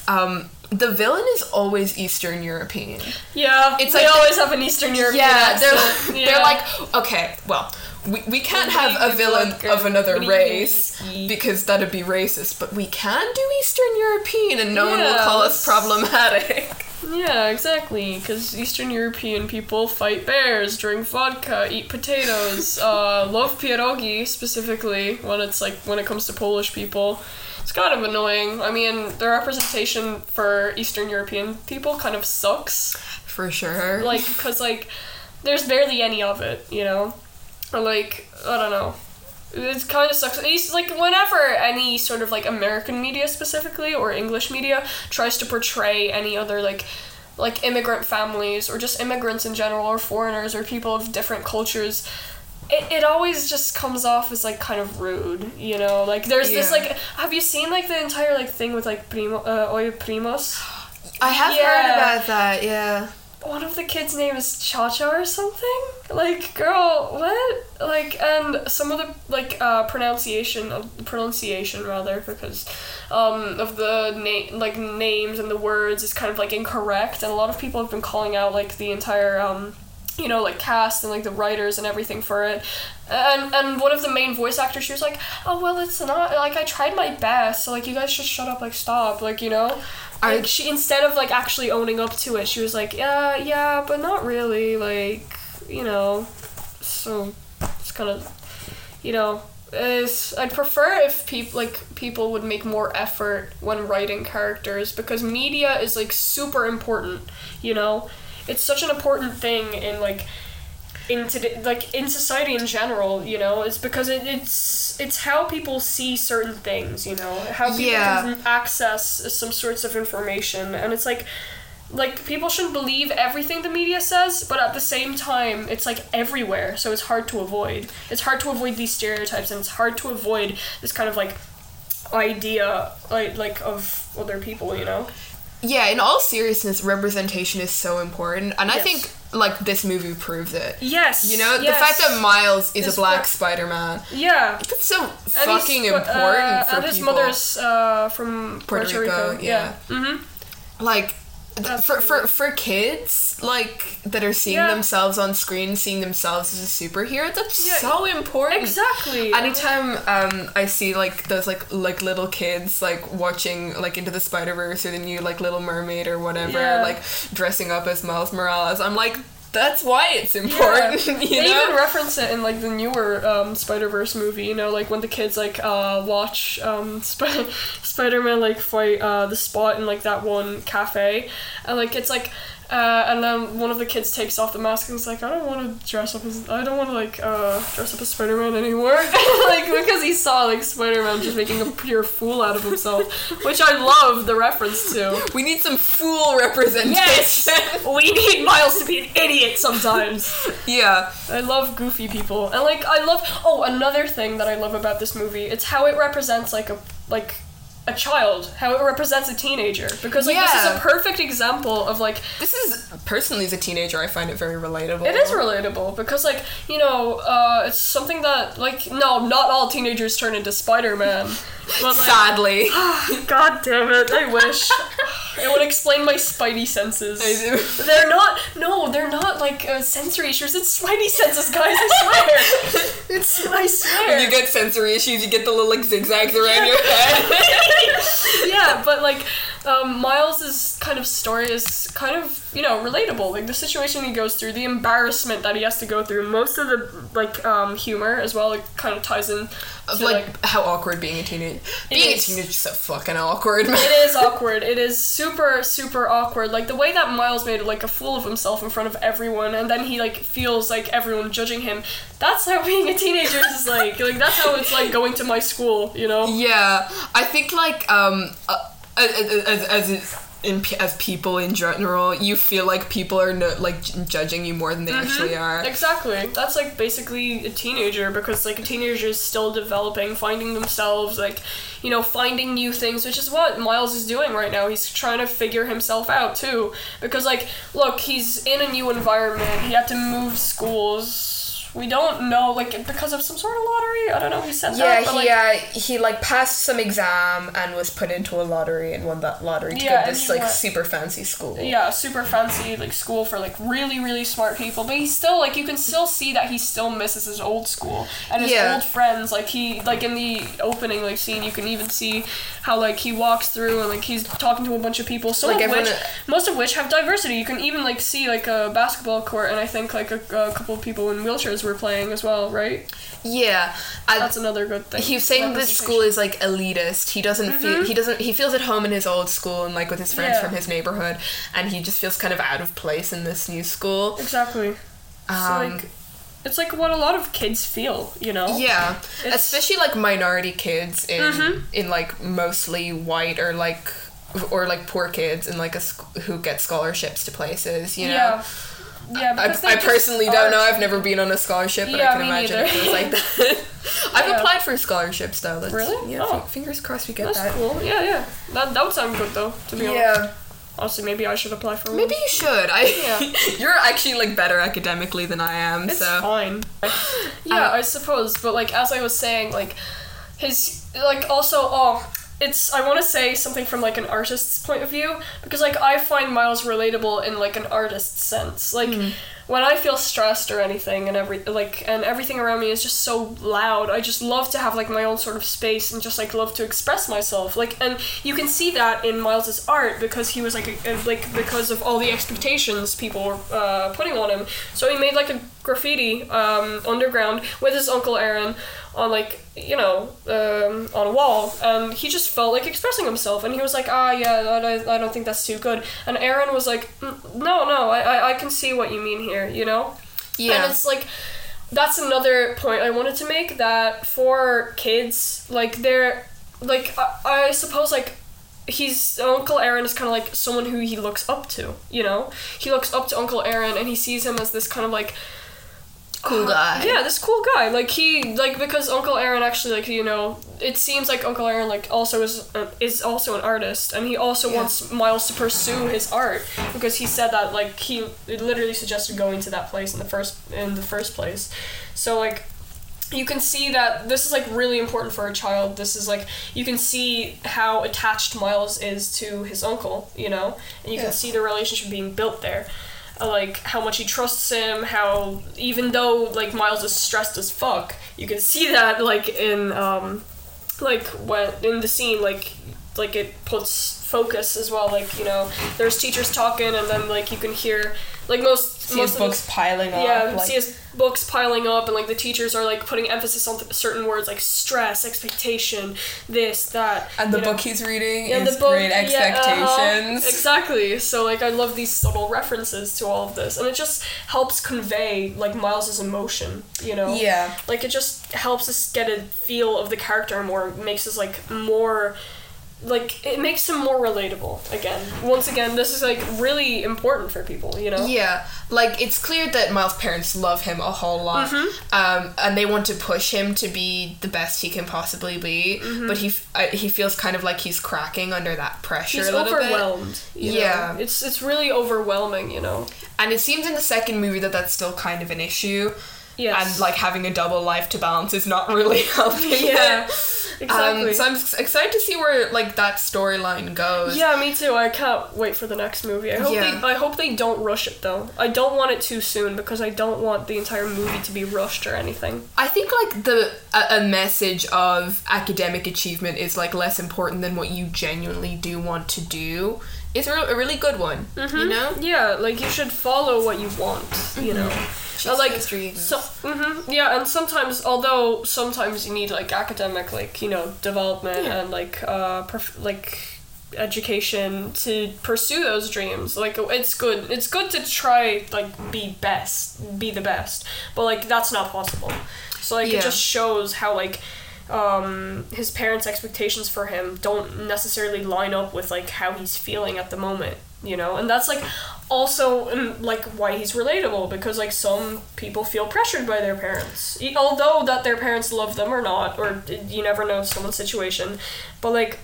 S1: Um, the villain is always Eastern European.
S2: Yeah,
S1: It's
S2: it's they
S1: like-
S2: always have an Eastern European
S1: Yeah, they're
S2: accent.
S1: they're like okay, well, we, we
S2: What do
S1: can't
S2: you
S1: have a
S2: mean,
S1: villain
S2: like,
S1: of another
S2: what do you mean,
S1: race
S2: ye-
S1: because that'd be racist, but we can do Eastern European and no one will
S2: Yeah,
S1: call us
S2: let's-
S1: problematic.
S2: yeah, exactly. Because Eastern European people fight bears, drink vodka, eat potatoes, uh, love pierogi specifically when it's like when it comes to Polish people. It's kind of annoying. I mean, the representation for Eastern European people kind of sucks.
S1: For sure.
S2: like because like there's barely any of it you know or like i don't know it kind of sucks it's like whenever any sort of like american media specifically or english media tries to portray any other like like immigrant families or just immigrants in general or foreigners or people of different cultures it, it always just comes off as like kind of rude you know like there's this
S1: Yeah.
S2: like have you seen like the entire like thing with like primo uh, oy primos
S1: I have
S2: Yeah.
S1: heard about that, yeah.
S2: one of the kids' name is Cha Cha or something. Like, girl, what? Like, and some of the like uh, pronunciation of pronunciation rather because um, of the name like names and the words is kind of like incorrect, and a lot of people have been calling out like the entire um, you know like cast and like the writers and everything for it. And and one of the main voice actors, she was like, "Oh well, it's not like I tried my best, so like you guys just shut up, like stop, like you know."
S1: I-
S2: Like she instead of like actually owning up to it, she was like, "Yeah, yeah, but not really, like you know." So it's kind of, you know, is I'd prefer if people like people would make more effort when writing characters because media is like super important. You know, it's such an important thing in like in today, like in society in general, you know, it's because it, it's it's how people see certain things, you know, how people
S1: Yeah.
S2: can access some sorts of information, and it's like. Like people shouldn't believe everything the media says, but at the same time, it's like everywhere, so it's hard to avoid. It's hard to avoid these stereotypes, and it's hard to avoid this kind of like idea, like like of other people, you know.
S1: Yeah, in all seriousness, representation is so important, and I
S2: Yes.
S1: think, like, this movie proves it.
S2: Yes.
S1: You know, the fact that Miles is
S2: This
S1: a black
S2: pro-
S1: Spider Man,
S2: yeah,
S1: that's so
S2: And he's
S1: fucking
S2: fr-
S1: important
S2: uh,
S1: for
S2: and his
S1: people.
S2: mother's uh, from
S1: Puerto
S2: Puerto,
S1: Rico,
S2: Rico.
S1: yeah.
S2: Yeah. Mm-hmm.
S1: like th-
S2: That's
S1: for, for for kids like that are seeing
S2: Yeah.
S1: themselves on screen seeing themselves as a superhero that's
S2: Yeah,
S1: so important
S2: Exactly.
S1: anytime um i see like those like like little kids like watching like into the spider verse or the new like little mermaid or whatever
S2: Yeah.
S1: like dressing up as miles morales i'm like That's why it's important,
S2: Yeah.
S1: you
S2: they even
S1: know?
S2: reference it in like the newer um, Spider Verse movie. You know, like when the kids like uh, watch um, Sp- Spider Man like fight uh, the Spot in like that one cafe, and like it's like. Uh, and then one of the kids takes off the mask and is like, I don't want to dress up as I don't want to like uh, dress up as Spider Man anymore, like because he saw like Spider Man just making a pure fool out of himself, which I love the reference to.
S1: We need some fool representation.
S2: Yes, we need Miles to be an idiot sometimes.
S1: yeah.
S2: I love goofy people, and like I love. Oh, another thing that I love about this movie, it's how it represents like a like a child, how it represents a teenager, because like this is
S1: Yeah.
S2: a perfect example of like
S1: This is, personally, as a teenager, I find it very relatable.
S2: it is relatable because like you know uh, it's something that like no, not all teenagers turn into Spider Man.
S1: Sadly.
S2: God damn it! I wish it would explain my spidey senses. They're not. No, they're not like uh, sensory issues. It's spidey senses, guys. I swear. it's. I swear.
S1: When you get sensory issues, you get the little like zigzags around your head.
S2: yeah, but like um, Miles's kind of story is kind of you know relatable. Like the situation he goes through, the embarrassment that he has to go through. Most of the like um, humor as well, like kind of ties in.
S1: Of
S2: to,
S1: like, how awkward being a teenager. Being
S2: is.
S1: a teenager is so fucking awkward, man.
S2: it is awkward. It is super, super awkward. Like the way that Miles made like a fool of himself in front of everyone, and then he like feels like everyone judging him. That's how being a teenager is like. Like that's how it's like going to my school. You know.
S1: Yeah, I think like um uh, as as as it's in, pe- as people in general, you feel like people are no, like j- judging you more than
S2: Mm-hmm.
S1: they actually are.
S2: Exactly. That's like basically a teenager because like a teenager is still developing, finding themselves, like, you know, finding new things, which is what Miles is doing right now. He's trying to figure himself out too. Because like, look, he's in a new environment. He had to move schools. We don't know, like, because of some sort of lottery. I don't know who said that. but, like,
S1: uh, he like passed some exam and was put into a lottery and won that lottery
S2: Yeah, and he won-
S1: super fancy school.
S2: yeah, super fancy like school for like really really smart people, but he's still like you can still see that he still misses his old school and his
S1: Yeah.
S2: old friends. Like he like in the opening like scene, you can even see how like he walks through and like he's talking to a bunch of people. Some
S1: Like,
S2: of which
S1: everyone-
S2: most of which have diversity. You can even like see like a basketball court, and I think like a, a couple of people in wheelchairs were playing as well, right?
S1: Yeah, I-
S2: That's another good thing.
S1: Uh, He's saying this school is like elitist. He doesn't feel he doesn't he feels at home in his old school and like with his friends
S2: Mm-hmm. Yeah.
S1: from his neighborhood, and he just feels kind of out of place in this new school.
S2: exactly. so
S1: Um,
S2: like, it's like what a lot of kids feel, you know.
S1: Yeah,
S2: It's- Mm-hmm.
S1: especially like minority kids in in like mostly white or like or like poor kids in like a sc- who get scholarships to places. You know,
S2: Yeah. Yeah,
S1: I,
S2: because they
S1: I
S2: just
S1: personally don't
S2: are-
S1: know. I've never been on a scholarship, but
S2: Yeah,
S1: I can
S2: me
S1: imagine
S2: neither.
S1: it feels like that. I've
S2: Yeah.
S1: applied for scholarships though. Let's,
S2: Really?
S1: Yeah.
S2: Oh.
S1: f- fingers crossed we get
S2: That's
S1: that.
S2: cool. Yeah, yeah. That, that would sound good though. To be honest,
S1: Yeah,
S2: honestly, maybe I should apply for one.
S1: maybe you should. I
S2: Yeah.
S1: you're actually like better academically than I am,
S2: it's
S1: so
S2: fine. yeah,
S1: Uh,
S2: I suppose. But like as I was saying, like his like also oh. It's I want to say something from like an artist's point of view because like I find Miles relatable in like an artist's sense. Like when I feel stressed or anything and every like and everything around me is just so loud, I just love to have like my own sort of space and just like love to express myself. Like and you can see that in Miles's art because he was like a, a- like because of all the expectations people were uh, putting on him. So he made like a graffiti um, underground with his uncle Aaron on like you know um, on a wall and he just felt like expressing himself and he was like ah yeah I, I- I don't think that's too good and Aaron was like "Mm, no no I, I, I can see what you mean here you know
S1: yeah.
S2: and it's like that's another point I wanted to make that for kids, like they're like I, I suppose like he's Uncle Aaron is kind of like someone who he looks up to, you know? He looks up to Uncle Aaron and he sees him as this kind of like uh,
S1: cool guy.
S2: yeah, this cool guy. Like he like because Uncle Aaron actually like you know it seems like Uncle Aaron like also is uh, is also an artist and he also
S1: Yeah.
S2: wants Miles to pursue his art because he said that like he it literally suggested going to that place in the first in the first place. So like you can see that this is like really important for a child. This is like you can see how attached Miles is to his uncle, you know, and you
S1: Yeah.
S2: can see the relationship being built there. Uh, Like how much he trusts him, how even though like Miles is stressed as fuck, you can see that like in um, like when in the scene like like it puts focus as well. Like you know, there's teachers talking, and then like you can hear like most
S3: See
S2: most
S3: his
S2: of
S3: books piling up.
S2: yeah,
S3: like,
S2: see his books piling up, and like the teachers are like putting emphasis on th- certain words like stress, expectation, this, that.
S3: and the
S2: you know.
S3: book he's reading
S2: Yeah,
S3: is Great
S2: yeah, uh-huh,
S3: Expectations.
S2: Exactly. So like I love these subtle references to all of this, and it just helps convey like Miles's emotion. You know.
S3: Yeah.
S2: Like it just helps us get a feel of the character more, makes us like more. Like it makes him more relatable again. Once again, this is like really important for people, you know.
S1: Yeah, like it's clear that Miles' parents love him a whole lot,
S2: Mm-hmm.
S1: um, and they want to push him to be the best he can possibly be.
S2: Mm-hmm.
S1: But he f- uh, he feels kind of like he's cracking under that pressure
S2: He's
S1: a little bit.
S2: overwhelmed. you know?
S1: Yeah.
S2: it's it's really overwhelming, you know.
S1: And it seems in the second movie that that's still kind of an issue.
S2: Yes.
S1: And like having a double life to balance is not really helping.
S2: yeah,
S1: him.
S2: exactly.
S1: Um, so I'm s- excited to see where like that storyline goes.
S2: Yeah, me too. I can't wait for the next movie. I hope
S1: Yeah.
S2: they I hope they don't rush it though. I don't want it too soon because I don't want the entire movie to be rushed or anything.
S1: I think like the a, a message of academic achievement is like less important than what you genuinely do want to do. It's a, real- a really good one,
S2: Mm-hmm.
S1: you know.
S2: Yeah, like you should follow what you want,
S1: Mm-hmm.
S2: you know. Uh, like so, hmm yeah, and sometimes, although sometimes you need like academic, like you know, development
S1: Yeah.
S2: and like uh, perf- like education to pursue those dreams. Like it's good, it's good to try like be best, be the best, but like that's not possible. So like
S1: Yeah.
S2: it just shows how like um, his parents' expectations for him don't necessarily line up with like how he's feeling at the moment, you know. And that's like also um, like why he's relatable because like some people feel pressured by their parents, E- although that their parents love them or not, or d- you never know someone's situation. But like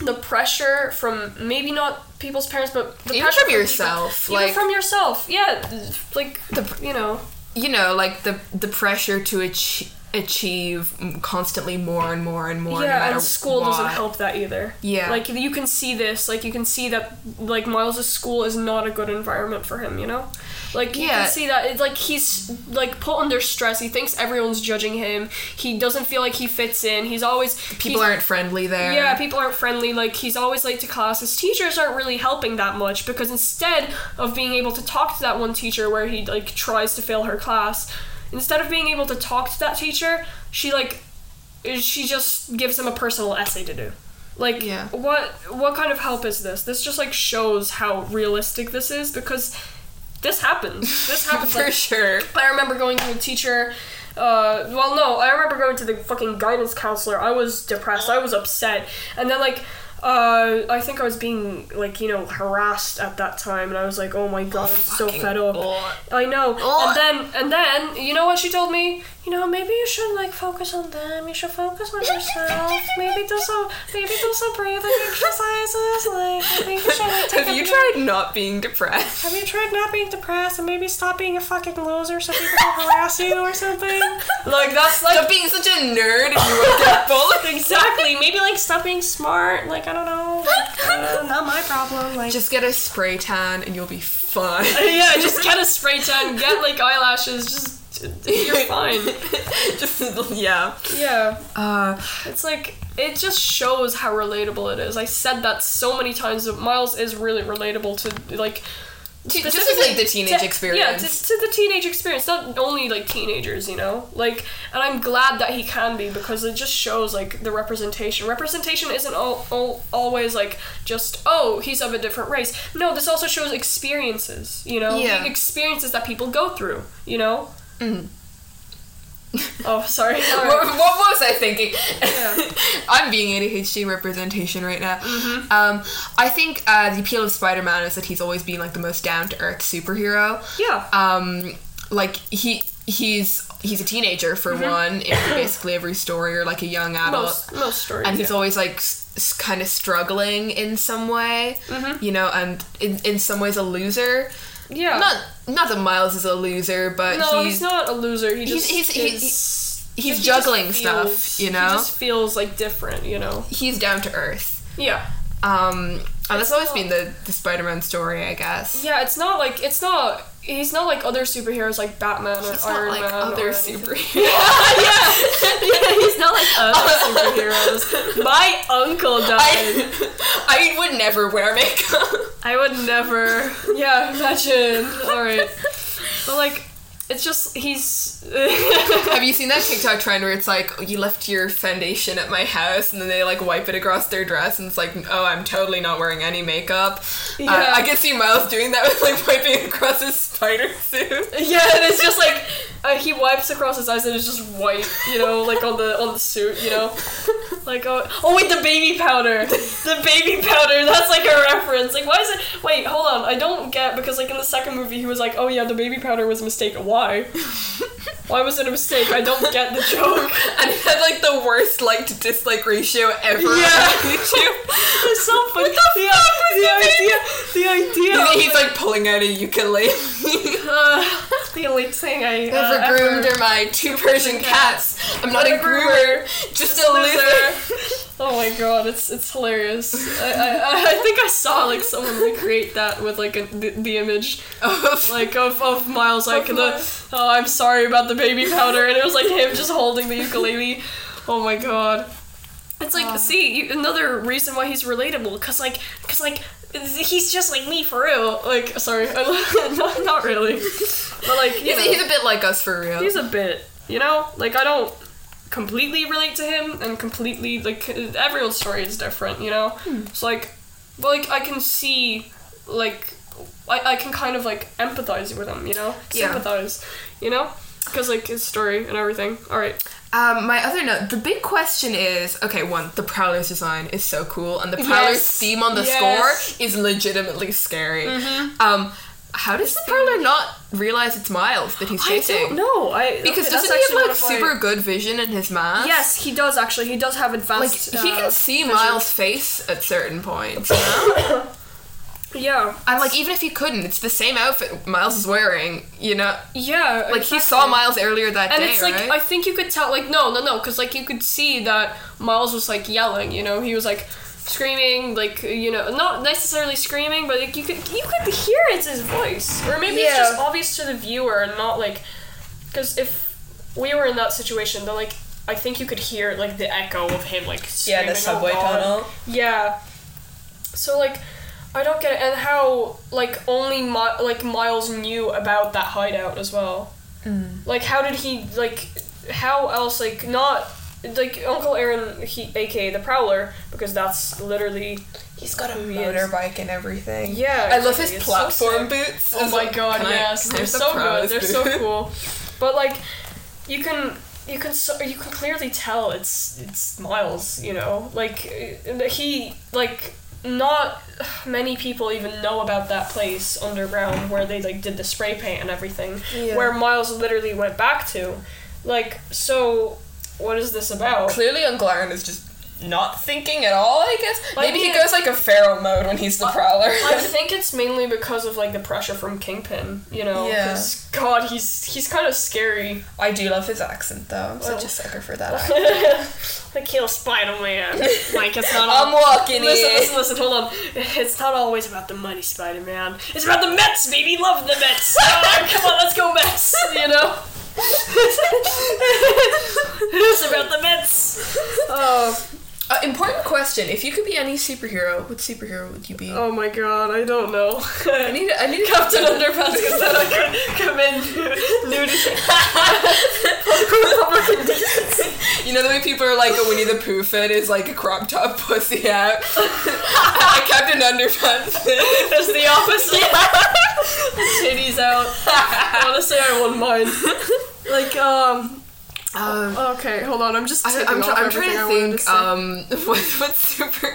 S2: the pressure from maybe not people's parents, but the
S1: Even
S2: pressure
S1: from
S2: people-
S1: yourself,
S2: even
S1: like-
S2: from yourself, yeah, like
S1: The-
S2: you know,
S1: you know, like the the pressure to achieve achieve constantly more and more and more. no
S2: yeah,
S1: matter
S2: and school doesn't
S1: what.
S2: help that either.
S1: Yeah.
S2: like you can see this. Like you can see that like Miles's school is not a good environment for him. You know, like you
S1: Yeah.
S2: can see that it's like he's like put under stress. He thinks everyone's judging him. He doesn't feel like he fits in. He's always
S1: People
S2: he's-
S1: aren't friendly there.
S2: yeah, people aren't friendly. Like he's always late to class. His teachers aren't really helping that much because instead of being able to talk to that one teacher where he like tries to fail her class, instead of being able to talk to that teacher, she like she just gives him a personal essay to do. Like
S1: Yeah.
S2: what what kind of help is this? This just like shows how realistic this is because this happens. This happens
S1: for
S2: like,
S1: sure.
S2: I remember going to a teacher. Uh, well, no, I remember going to the fucking guidance counselor. I was depressed. I was upset, and then like. Uh, I think I was being like you know harassed at that time, and I was like, "Oh my god, I'm so
S1: fucking
S2: fed up."
S1: God.
S2: I know.
S1: Oh.
S2: And then and then you know what she told me? You know maybe you should like focus on them. You should focus on yourself. maybe do some maybe do some breathing exercises. Like maybe you should like take
S1: Have
S2: a
S1: you
S2: break.
S1: tried not being depressed?
S2: Have you tried not being depressed and maybe stop being a fucking loser so people don't harass you or something? Like that's like
S1: Stop being such a nerd and you won't get bullied.
S2: exactly. Maybe like stop being smart. Like I don't know. Like, uh, not my problem. Like
S1: Just get a spray tan and you'll be fine.
S2: yeah, just get a spray tan, get like eyelashes. Just you're fine.
S1: Just yeah.
S2: Yeah,
S1: Uh,
S2: it's like it just shows how relatable it is. I said that so many times. That Miles is really relatable to like
S1: T- just as
S2: specifically
S1: like the teenage
S2: to-
S1: experience.
S2: Yeah, to, to the teenage experience, not only like teenagers, you know. Like, and I'm glad that he can be because it just shows like the representation. Representation isn't all, all always like just oh he's of a different race. No, this also shows experiences, you know,
S1: Yeah. Mm-hmm.
S2: the experiences that people go through, you know. oh, sorry. All right.
S1: what, what was I thinking?
S2: Yeah.
S1: I'm being ADHD representation right now.
S2: Mm-hmm.
S1: Um, I think uh, the appeal of Spider-Man is that he's always been like the most down-to-earth superhero.
S2: Yeah.
S1: Um, like he he's he's a teenager for one in basically every story, or like a young adult.
S2: Mm-hmm. most most stories.
S1: and he's
S2: yeah.
S1: always like s- kind of struggling in some way, you know, and in, in some ways a loser.
S2: Mm-hmm. yeah.
S1: Not not that Miles is a loser, but
S2: no, he's,
S1: he's
S2: not a loser. He
S1: he's-
S2: just
S1: he's- he-
S2: is-
S1: he- he's
S2: he just
S1: juggling stuff,
S2: feels-
S1: you know?
S2: He just feels like different, you know.
S1: he's down to earth.
S2: Yeah.
S1: Um, And that's
S2: It's
S1: always
S2: not-
S1: been the, the Spider Man story, I guess.
S2: Yeah, it's not like it's not. He's not like other superheroes like Batman or
S1: It's
S2: Iron
S1: not like
S2: Man.
S1: other
S2: or anything.
S1: superheroes.
S2: he's not like other superheroes. My uncle died.
S1: I would never wear makeup.
S2: I, would never. Yeah, imagine. All right, but like, it's just he's.
S1: Have you seen that TikTok trend where it's like, you left your foundation at my house, and then they like wipe it across their dress, and it's like, oh, I'm totally not wearing any makeup. Yeah.
S2: Yeah.
S1: I can see Miles doing that with like wiping across his spider suit.
S2: Yeah, and it's just like uh, he wipes across his eyes and it's just white, you know, like on the on the suit, you know. Like oh, oh wait, the baby powder, the baby powder. That's like a reference. Like why is it? Wait, hold on, I don't get because like in the second movie he was like, oh yeah, the baby powder was a mistake. Why? Why was it a mistake? I don't get the joke.
S1: And it had like the worst like to dislike ratio ever
S2: Yeah.
S1: on YouTube.
S2: It's so funny. the, the idea, the idea. of,
S1: He's like pulling out a ukulele.
S2: uh, the only thing I uh,
S1: Never
S2: ever-
S1: groomed are my two Persian cats. I'm not
S2: Not
S1: a
S2: a groomer,
S1: groomer, just a loser.
S2: Oh my god, it's it's hilarious. I, I, I think I saw like someone recreate that with like a, the, the image
S1: Oh,
S2: like of, of Miles like the
S1: Miles.
S2: oh I'm sorry about the baby powder and it was like him just holding the ukulele. Oh my god. It's like
S1: Ah.
S2: see you, another reason why he's relatable cuz like cuz like he's just like me for real. Like sorry, I, not, not really. But like you
S1: He's,
S2: know.
S1: he's a bit like us for real.
S2: He's a bit, you know? Like, I don't completely relate to him and completely, like, everyone's story is different, you know?
S1: Hmm.
S2: It's like, well, like, I can see, like, I, I can kind of, like, empathize with him, you know?
S1: Yeah.
S2: Sympathize, you know? Because, like, his story and everything. Alright.
S1: Um, my other note, the big question is okay, one, the Prowler's design is so cool, and the Prowler's
S2: Yes. Mm-hmm.
S1: theme on the
S2: Yes.
S1: score is legitimately scary. Um, how does the Prowler not realize it's Miles that he's
S2: I don't
S1: chasing?
S2: know. I,
S1: Because
S2: okay, that's
S1: doesn't
S2: actually
S1: he have like
S2: one of my-
S1: super good vision in his mask?
S2: Yes, he does actually. He does have
S1: Like
S2: advanced.
S1: he
S2: uh,
S1: can see
S2: vision.
S1: Miles' face at certain points.
S2: Yeah.
S1: And like even if he couldn't, it's the same outfit Miles is wearing. You know,
S2: Yeah.
S1: like he saw Miles earlier that
S2: And
S1: day,
S2: it's like
S1: right?
S2: I think you could tell like no no no because like you could see that Miles was like yelling you know he was like screaming like you know not necessarily screaming but like you could you could hear it's his voice or maybe it's
S1: Yeah.
S2: just obvious to the viewer and not like because if we were in that situation then like I think you could hear like the echo of him like
S3: Yeah,
S2: screaming,
S3: the
S2: "Oh,
S3: subway
S2: God."
S3: tunnel.
S2: yeah so like I don't get it and how like only Mi- like Miles knew about that hideout as well like how did he like how else like not like Uncle Aaron he aka the Prowler because that's literally
S3: He's got a
S2: Who he is.
S3: motorbike and everything.
S2: yeah
S1: I love
S2: exactly,
S1: his
S2: it's so
S1: platform
S2: sick.
S1: boots.
S2: oh
S1: It's
S2: my
S1: like,
S2: god
S1: can I-
S2: yes
S1: can I
S2: they're
S1: have the
S2: so
S1: Prowler's
S2: good they're
S1: boot?
S2: so cool but like you can you can so, you can clearly tell it's it's Miles you know like uh, he like not many people even know about that place underground where they like did the spray paint and everything
S1: Yeah.
S2: where Miles literally went back to. Like, so what is this about?
S1: Clearly, Uncle Aaron is just not thinking at all. I guess
S2: Like,
S1: maybe he
S2: yeah.
S1: goes like a feral mode when he's the prowler.
S2: I think it's mainly because of like the pressure from Kingpin, you know.
S3: Yeah.
S2: 'cause, God, he's he's kind of scary.
S3: I do love his accent though. I'm such
S2: Oh.
S3: a sucker for that. accent.
S2: I kill Spider Man. Like it's not.
S1: I'm
S2: All-
S1: walking
S2: listen,
S1: in.
S2: listen, listen. Hold on. It's not always about the money, Spider Man. It's about the Mets, baby. Love the Mets. Oh, come on, let's go Mets. You know. it's about the Mets. Oh.
S1: Uh, important question: If you could be any superhero, what superhero would you be?
S2: Oh my god, I don't know.
S1: I need. I need
S2: Captain Underpants because then I could come in nudity.
S1: You know the way people are like a Winnie the Pooh fit is like a crop top pussy out. I kept an underpants.
S2: That's the opposite. Titties out. Honestly, I wouldn't mind. Like, um,
S1: Um,
S2: okay, hold on. I'm just.
S1: I,
S2: Taking
S1: I'm,
S2: off
S1: try- I'm
S2: everything
S1: trying to
S2: I wanted say.
S1: think. um, what, what super,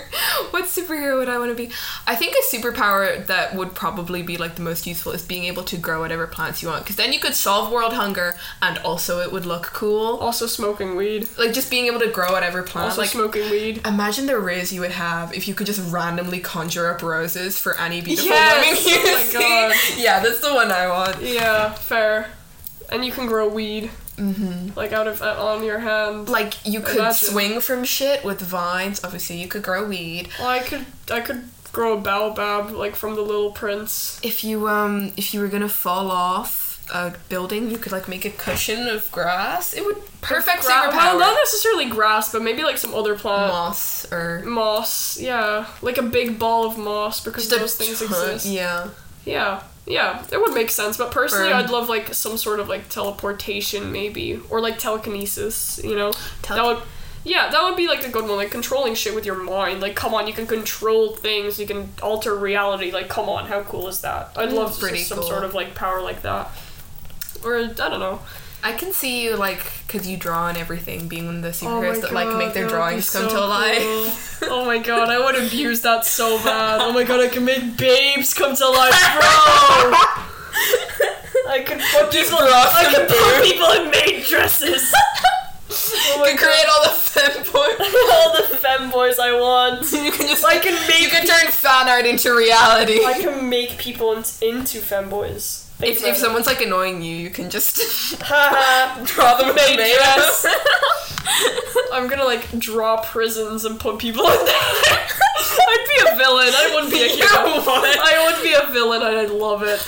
S1: what superhero would I want to be? I think a superpower that would probably be like the most useful is being able to grow whatever plants you want, because then you could solve world hunger, and also it would look cool.
S2: also smoking weed.
S1: Like just being able to grow whatever plant.
S2: Also
S1: like
S2: smoking weed.
S1: imagine the rays you would have if you could just randomly conjure up roses for any beautiful
S2: Yes!
S1: woman you
S2: Oh my
S1: see.
S2: God.
S1: Yeah, that's the one I want.
S2: Yeah, fair. And you can grow weed. Mm-hmm. Like out of on your hand.
S1: Like you could
S2: Imagine.
S1: swing from shit with vines. Obviously, you could grow weed.
S2: Well, I could I could grow a baobab like from the Little Prince.
S1: If you um if you were gonna fall off a building, you could like make a cushion of grass. It would perfect
S2: Gra- well,
S1: superpower.
S2: not necessarily grass, but maybe like some other plant.
S1: moss or
S2: Moss, yeah, like a big ball of moss because
S1: just a
S2: those things
S1: ton-
S2: exist.
S1: Yeah.
S2: Yeah, yeah, it would make sense. But personally,
S1: Burn.
S2: I'd love like some sort of like teleportation, maybe, or like telekinesis. You know,
S1: Tele-
S2: that would, yeah, that would be like a good one. Like controlling shit with your mind. Like, come on, you can control things. You can alter reality. Like, come on, how cool is that? I'd love
S1: pretty
S2: some
S1: cool.
S2: sort of like power like that. Or I don't know.
S1: I can see you like because you draw on everything, being one of those
S2: Oh
S1: superheroes
S2: my
S1: that like
S2: God,
S1: make their
S2: that would be
S1: drawings come
S2: so
S1: to life.
S2: cool. oh my god, I would abuse that so bad. Oh my god, I can make babes come to life, bro. I could put people. I could put people in maid dresses. oh my
S1: You can create all the fanboys.
S2: god. all the femboys I want.
S1: you can just
S2: I
S1: like
S2: can
S1: you
S2: make.
S1: can turn fan art into reality.
S2: I can make people in- into femboys. Think
S1: if,
S2: about
S1: if
S2: it.
S1: someone's like annoying you, you can just
S2: Haha.
S1: draw them
S2: Maid
S1: in a
S2: dress. I'm gonna like draw prisons and put people in there. I'd be a villain. I wouldn't be a
S1: You
S2: hero.
S1: would.
S2: I would be a villain and I'd love it.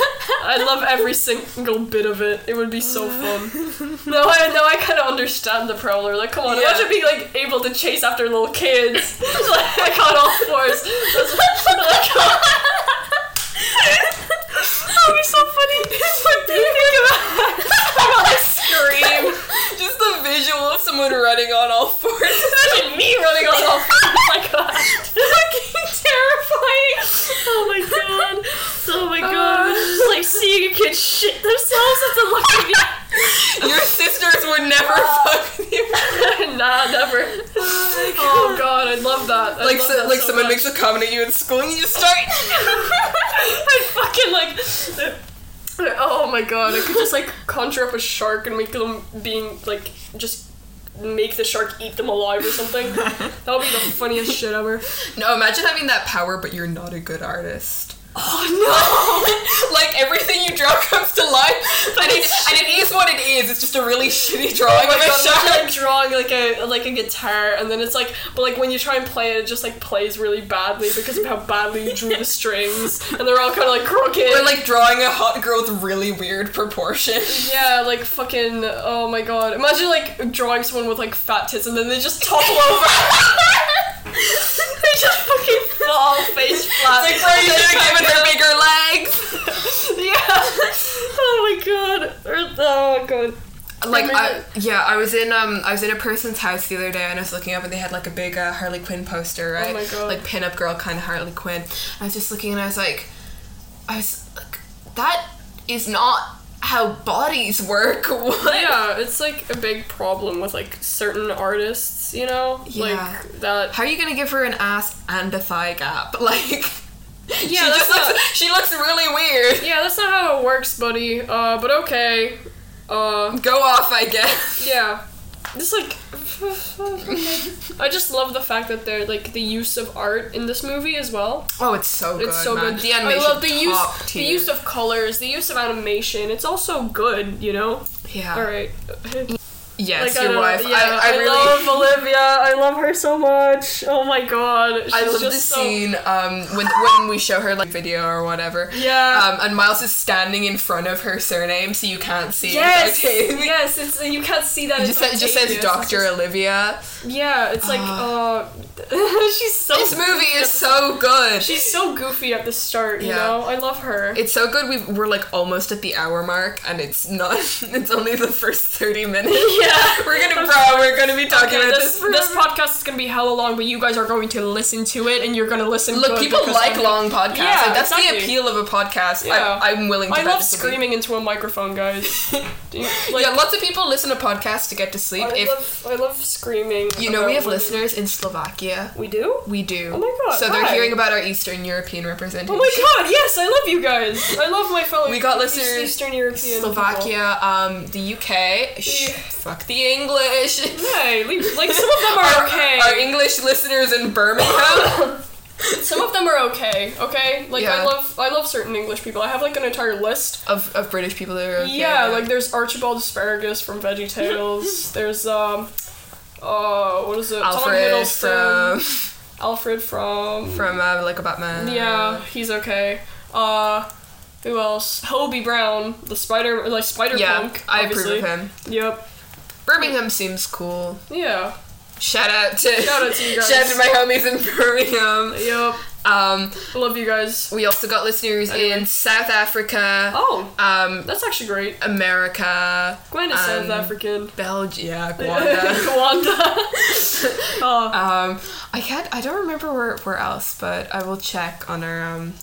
S2: I'd love every single bit of it. It would be so fun. No, I now I kind of understand the Prowler. Like, come on,
S1: Yeah.
S2: imagine being like able to chase after little kids like on all fours. That's, like, "Oh." that would be so funny. Like, do you think about? I'm like scream.
S1: just the visual of someone running on all fours.
S2: Imagine me running on all fours. Oh my god. Fucking terrifying. Oh my god. Oh my god. It's just like seeing a kid shit themselves at the look of
S1: Your sisters would never
S2: Uh,
S1: fuck with you.
S2: you. nah, never. Oh god, I love that. I
S1: Like
S2: love
S1: so,
S2: that
S1: like
S2: so
S1: someone
S2: much.
S1: makes a comment at you in school and you just start.
S2: I fucking like. Oh my god! I could just like conjure up a shark and make them being like just make the shark eat them alive or something. That would be the funniest shit ever.
S1: no, imagine having that power, but you're not a good artist.
S2: Oh no!
S1: like everything you draw comes to life, and it, and it is what it is. It's just a really shitty drawing
S2: Oh
S1: of
S2: my
S1: a
S2: god, imagine
S1: shark.
S2: like drawing like a like a guitar and then it's like but like when you try and play it it just like plays really badly because of how badly you drew the strings and they're all kinda like crooked.
S1: Or like drawing a hot girl with really weird proportions.
S2: yeah, like fucking oh my god. Imagine like drawing someone with like fat tits and then they just topple over. they just fucking fall face flat.
S1: Like, bro, you should have given her bigger legs.
S2: yeah. Oh my god. Or- Oh god.
S1: Like,
S2: Remember
S1: I, yeah, I was in um, I was in a person's house the other day, and I was looking up, and they had like a big uh, Harley Quinn poster, right?
S2: Oh my God.
S1: Like pinup girl kind of Harley Quinn. I was just looking, and I was like, I was like, that is not how bodies work. What?
S2: Yeah, it's like a big problem with like certain artists, you know?
S1: Yeah.
S2: Like that
S1: How are you gonna give her an ass and a thigh gap? Like, she
S2: that's
S1: just
S2: not-
S1: looks, she looks really weird.
S2: Yeah, that's not how it works, buddy. Uh, but okay. Uh,
S1: Go off, I guess.
S2: yeah. Just like, I just love the fact that they're like the use of art in this movie as well.
S1: Oh, it's so good.
S2: It's so
S1: man.
S2: good.
S1: The animation,
S2: I love the
S1: top
S2: use, the
S1: tier.
S2: use of colors, the use of animation. It's all so good, you know.
S1: Yeah.
S2: All right.
S1: Ah. Yes,
S2: I
S1: your
S2: don't-
S1: wife.
S2: yeah,
S1: I, I, really.
S2: love Olivia. I love her so much. Oh my god. She's
S1: I love
S2: just
S1: the
S2: so-
S1: scene um, when when we show her like video or whatever.
S2: Yeah.
S1: Um, and Miles is standing in front of her surname, so you can't see.
S2: Yes.
S1: It's okay.
S2: Yes. It's you can't see that.
S1: It
S2: it's
S1: just, it just
S2: contagious.
S1: says
S2: It's
S1: Doctor
S2: just-
S1: Olivia.
S2: Yeah, it's like, uh, she's so.
S1: Ah. This movie is so good.
S2: Oh, She's so goofy at the start, you
S1: Yeah.
S2: know? I love her.
S1: It's so good. We've, we're like almost at the hour mark, and it's not. It's only the first thirty minutes.
S2: yeah.
S1: We're gonna, bro. We're gonna be talking
S2: Okay,
S1: about
S2: this,
S1: this.
S2: this
S1: forever.
S2: podcast is gonna be hella long, but you guys are going to listen to it, and you're gonna listen.
S1: Look,
S2: good
S1: people
S2: because
S1: like
S2: I'm-
S1: long podcasts.
S2: Yeah,
S1: like, that's
S2: exactly.
S1: the appeal of a podcast.
S2: Yeah.
S1: I, I'm willing to.
S2: I
S1: bet
S2: love
S1: this will be-
S2: screaming into a microphone, guys. Do you- like,
S1: yeah, lots of people listen to podcasts to get to sleep.
S2: I
S1: if
S2: love, I love screaming.
S1: you know,
S2: about
S1: we have
S2: women.
S1: listeners in Slovakia.
S2: We do.
S1: We do.
S2: Oh my God,
S1: So they're
S2: hi.
S1: hearing about our Eastern European representation.
S2: Oh my god! Yes, I love you guys. I love my fellow.
S1: We got
S2: East-
S1: listeners
S2: Eastern European. people.
S1: Slovakia, um, the UK. Shh,
S2: Yeah.
S1: fuck the English.
S2: Hey, leave- like some of them are
S1: Our-
S2: okay.
S1: Our English listeners in Birmingham.
S2: Some of them are okay, okay? Like I
S1: Yeah.
S2: love I love certain English people. I have like an entire list.
S1: of, of British people that are okay.
S2: yeah, like there's Archibald Asparagus from Veggie Tales. there's um uh what is it? Tom
S1: Alfred
S2: Hiddleston.
S1: from
S2: Alfred from
S1: from uh, like a Batman.
S2: yeah, he's okay. Uh, who else? Hobie Brown, the spider, like spider
S1: yeah,
S2: punk.
S1: I
S2: obviously.
S1: approve of him.
S2: Yep.
S1: Birmingham seems cool.
S2: Yeah.
S1: Shout out to
S2: Shout out to you guys.
S1: shout out to my homies in Birmingham.
S2: Yep.
S1: Um,
S2: Love you guys.
S1: we also got listeners
S2: Anyway.
S1: in South Africa,
S2: Oh,
S1: um,
S2: that's actually great.
S1: America,
S2: Gwen is South
S1: Um,
S2: African.
S1: Belgium, yeah, Rwanda.
S2: Rwanda. oh,
S1: um, I can't. I don't remember where where else, but I will check on our um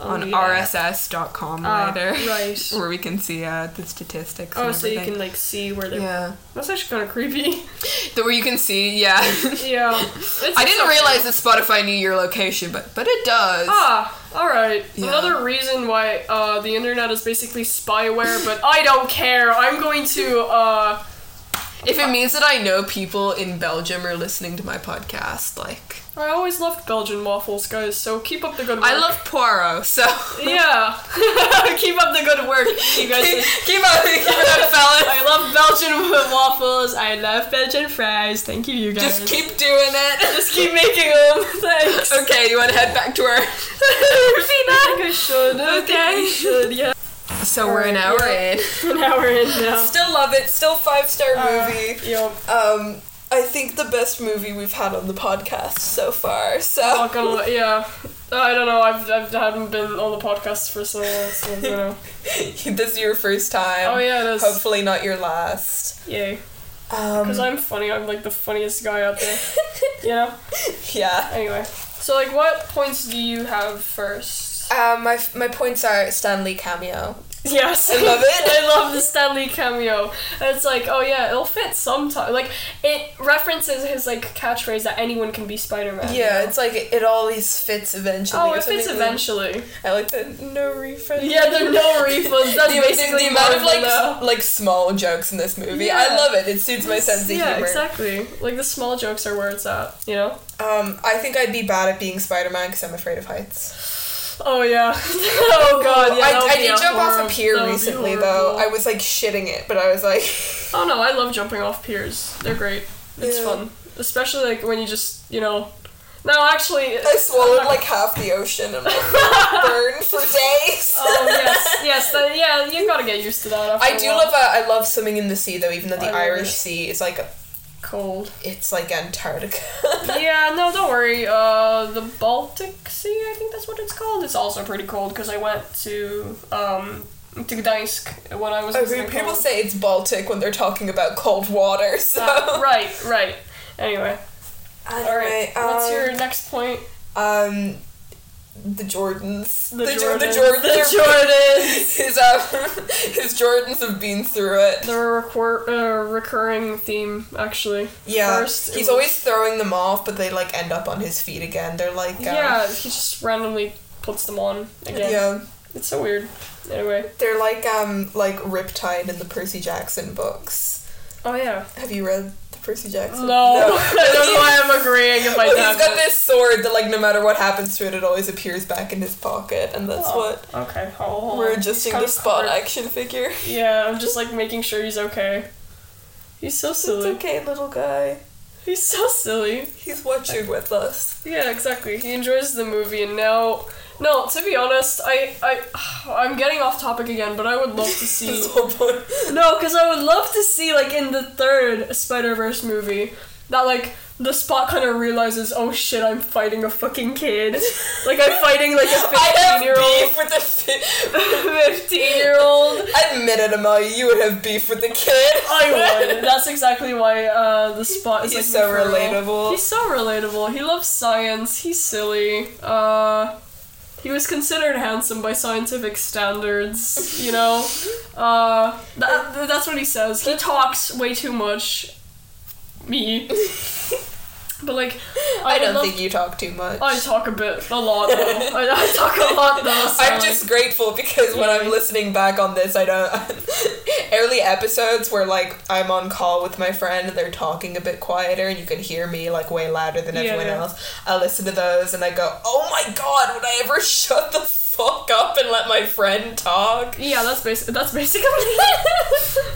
S1: on
S2: oh, yeah.
S1: rss.com
S2: Ah,
S1: later,
S2: right.
S1: where we can see uh the statistics.
S2: Oh,
S1: and
S2: so you
S1: everything.
S2: can like see where they're.
S1: Yeah,
S2: That's actually kind of creepy.
S1: the, where you can see. Yeah.
S2: yeah. It's
S1: I didn't
S2: something.
S1: realize that Spotify knew your location, but but it does.
S2: Ah, all right.
S1: Yeah.
S2: Another reason why uh, the internet is basically spyware, but I don't care. I'm going to. Uh,
S1: If it means that I know people in Belgium are listening to my podcast, like
S2: I always loved Belgian waffles, guys. So keep up the good work.
S1: I love Poirot, so
S2: Yeah, keep up the good work, you guys.
S1: keep up, keep it up, fellas.
S2: I love Belgian waffles. I love Belgian fries. Thank you, you guys.
S1: Just keep doing it.
S2: just keep making them. Thanks.
S1: Okay, you want to head back to our
S2: I think I should. Okay. I should. Yeah.
S1: So we're an hour in.
S2: Now we're in now.
S1: Still love it. Still five star movie.
S2: Yo,
S1: Um, I think the best movie we've had on the podcast so far. So
S2: fuck, I'm, yeah. I don't know. I've I've I haven't been on the podcast for so long, so you know.
S1: this is your first time.
S2: Oh yeah, it is.
S1: Hopefully not your last.
S2: Yay.
S1: Um,
S2: Because I'm funny. I'm like the funniest guy out there. You know.
S1: yeah.
S2: Anyway. So like, what points do you have first?
S1: Um, my, my points are Stanley cameo.
S2: Yes,
S1: I love it.
S2: I love the Stanley cameo. And it's like, oh yeah, it'll fit sometime. Like it references his like catchphrase that anyone can be Spider Man.
S1: Yeah, it's like it, it always fits eventually.
S2: Oh,
S1: or
S2: if it's
S1: something.
S2: eventually.
S1: I like the no refund.
S2: Yeah, there are no refunds. That's
S1: the,
S2: basically
S1: the amount of
S2: Marvel
S1: like
S2: now.
S1: s- like small jokes in this movie.
S2: Yeah.
S1: I love it. It suits my sense of
S2: yeah,
S1: humor.
S2: exactly. Like the small jokes are where it's at, you know?
S1: Um, I think I'd be bad at being Spider Man because I'm afraid of heights.
S2: Oh yeah. oh god, yeah.
S1: I,
S2: that would
S1: I
S2: be
S1: did jump
S2: horrib-
S1: off a pier
S2: that would be
S1: recently though.
S2: horrible.
S1: I was like shitting it, but I was like,
S2: Oh no, I love jumping off piers. They're great. It's
S1: Yeah.
S2: fun. Especially like when you just, you know. No, actually.
S1: I swallowed like half the ocean and like, burned for days.
S2: oh yes, Oh, yes, that, yeah. You gotta get used to that. After
S1: I
S2: a
S1: do
S2: while.
S1: love uh, I love swimming in the sea though, even though
S2: I
S1: the
S2: love
S1: Irish
S2: it.
S1: Sea is like
S2: cold.
S1: it's like Antarctica.
S2: yeah, no, don't worry. Uh, the Baltic Sea, I think that's what it's called. It's also pretty cold because I went to um to Gdańsk when I was.
S1: I
S2: visiting
S1: mean, Oh, people
S2: Poland.
S1: say it's Baltic when they're talking about cold water. So
S2: Uh, right, right. Anyway, all right.
S1: Anyway, um,
S2: What's your next point?
S1: um the Jordans?
S2: The
S1: Jor-
S2: Jordans. The
S1: Jordans. Jordans. His um, his Jordans have been through it.
S2: The recor- uh, recurring theme, actually.
S1: Yeah,
S2: First, it
S1: he's
S2: was-
S1: always throwing them off, but they like end up on his feet again. They're like um,
S2: Yeah, he just randomly puts them on again.
S1: yeah.
S2: It's so weird. Anyway.
S1: They're like um like Riptide in the Percy Jackson books.
S2: Oh yeah.
S1: Have you read the Percy Jackson?
S2: No, I don't know why I'm agreeing if I
S1: Well,
S2: have
S1: he's got this sword that, like, no matter what happens to it, it always appears back in his pocket, and that's what
S2: Okay. Oh,
S1: we're adjusting
S2: kind
S1: the
S2: of
S1: spot
S2: covered.
S1: action figure.
S2: Yeah, I'm just like making sure he's okay. He's so
S1: It's
S2: silly.
S1: okay, little guy.
S2: He's so silly.
S1: He's watching with us.
S2: Yeah, exactly. He enjoys the movie, and now, no. To be honest, I, I, I'm getting off topic again, but I would love to see.
S1: This whole point.
S2: no, because I would love to see like in the third Spider Verse movie that like the spot kind of realizes, oh shit, I'm fighting a fucking kid. like I'm fighting like a
S1: I have
S2: fifteen year old,
S1: beef with the. Fi-
S2: fifteen year old.
S1: Admit it, Amalia, you would have beef with the kid.
S2: I would. That's exactly why uh, the spot is
S1: He's
S2: like
S1: so
S2: referral.
S1: relatable.
S2: He's so relatable. He loves science. He's silly. Uh, he was considered handsome by scientific standards. You know, uh, that, that's what he says. He talks way too much. Me. But like, I,
S1: I
S2: would
S1: don't
S2: love-
S1: think you talk too much.
S2: I talk a bit, a lot though. I, I talk a lot though. so,
S1: I'm
S2: like-
S1: just grateful because when I'm listening back on this, I don't. early episodes where, like, I'm on call with my friend and they're talking a bit quieter and you can hear me, like, way louder than
S2: Yeah,
S1: everyone
S2: yeah.
S1: else, I listen to those and I go, oh my god, would I ever shut the fuck fuck up and let my friend talk.
S2: Yeah, that's basic. That's basically.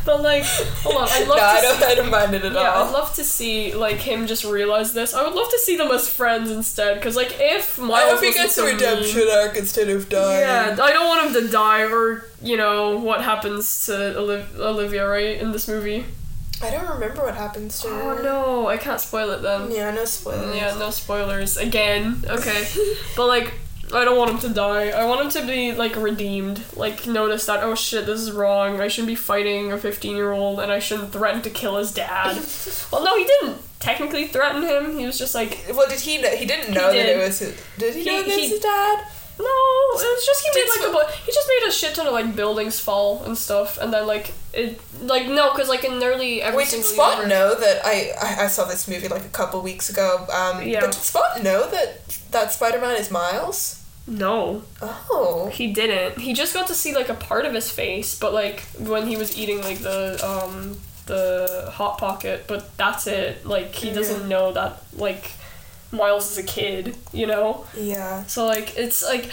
S2: but like, hold on. I'd love
S1: No,
S2: to.
S1: I don't-
S2: see-
S1: I don't mind it at
S2: yeah,
S1: all.
S2: I'd love to see like him just realize this. I would love to see them as friends instead, because like if Miles
S1: I hope he
S2: wasn't
S1: gets
S2: so
S1: a
S2: mean-
S1: redemption arc instead of dying.
S2: Yeah, I don't want him to die or you know what happens to Oliv- Olivia right in this movie.
S1: I don't remember what happens to
S2: Oh
S1: her.
S2: no, I can't spoil it then.
S1: Yeah, no spoilers.
S2: Yeah, no spoilers again. Okay, but like, I don't want him to die. I want him to be like redeemed. Like, notice that oh shit, this is wrong. I shouldn't be fighting a fifteen-year-old, and I shouldn't threaten to kill his dad. well, no, he didn't technically threaten him. He was just like,
S1: Well, did he know? He didn't know that
S2: did.
S1: it was his. Did he,
S2: He-
S1: know that it was
S2: he-
S1: his dad?
S2: no, it was just he
S1: Did
S2: made like
S1: so-
S2: a bu- he just made a shit ton of like buildings fall and stuff, and then like it like no, because like in nearly every
S1: Wait, did
S2: single
S1: Spot
S2: universe-
S1: know that I, I I saw this movie like a couple weeks ago? Um,
S2: Yeah.
S1: But did Spot know that that Spider Man is Miles?
S2: No,
S1: Oh.
S2: He didn't. He just got to see like a part of his face, but like when he was eating like the um the hot pocket, but that's it. Like he doesn't know that like Miles is a kid, you know?
S1: Yeah.
S2: So like it's like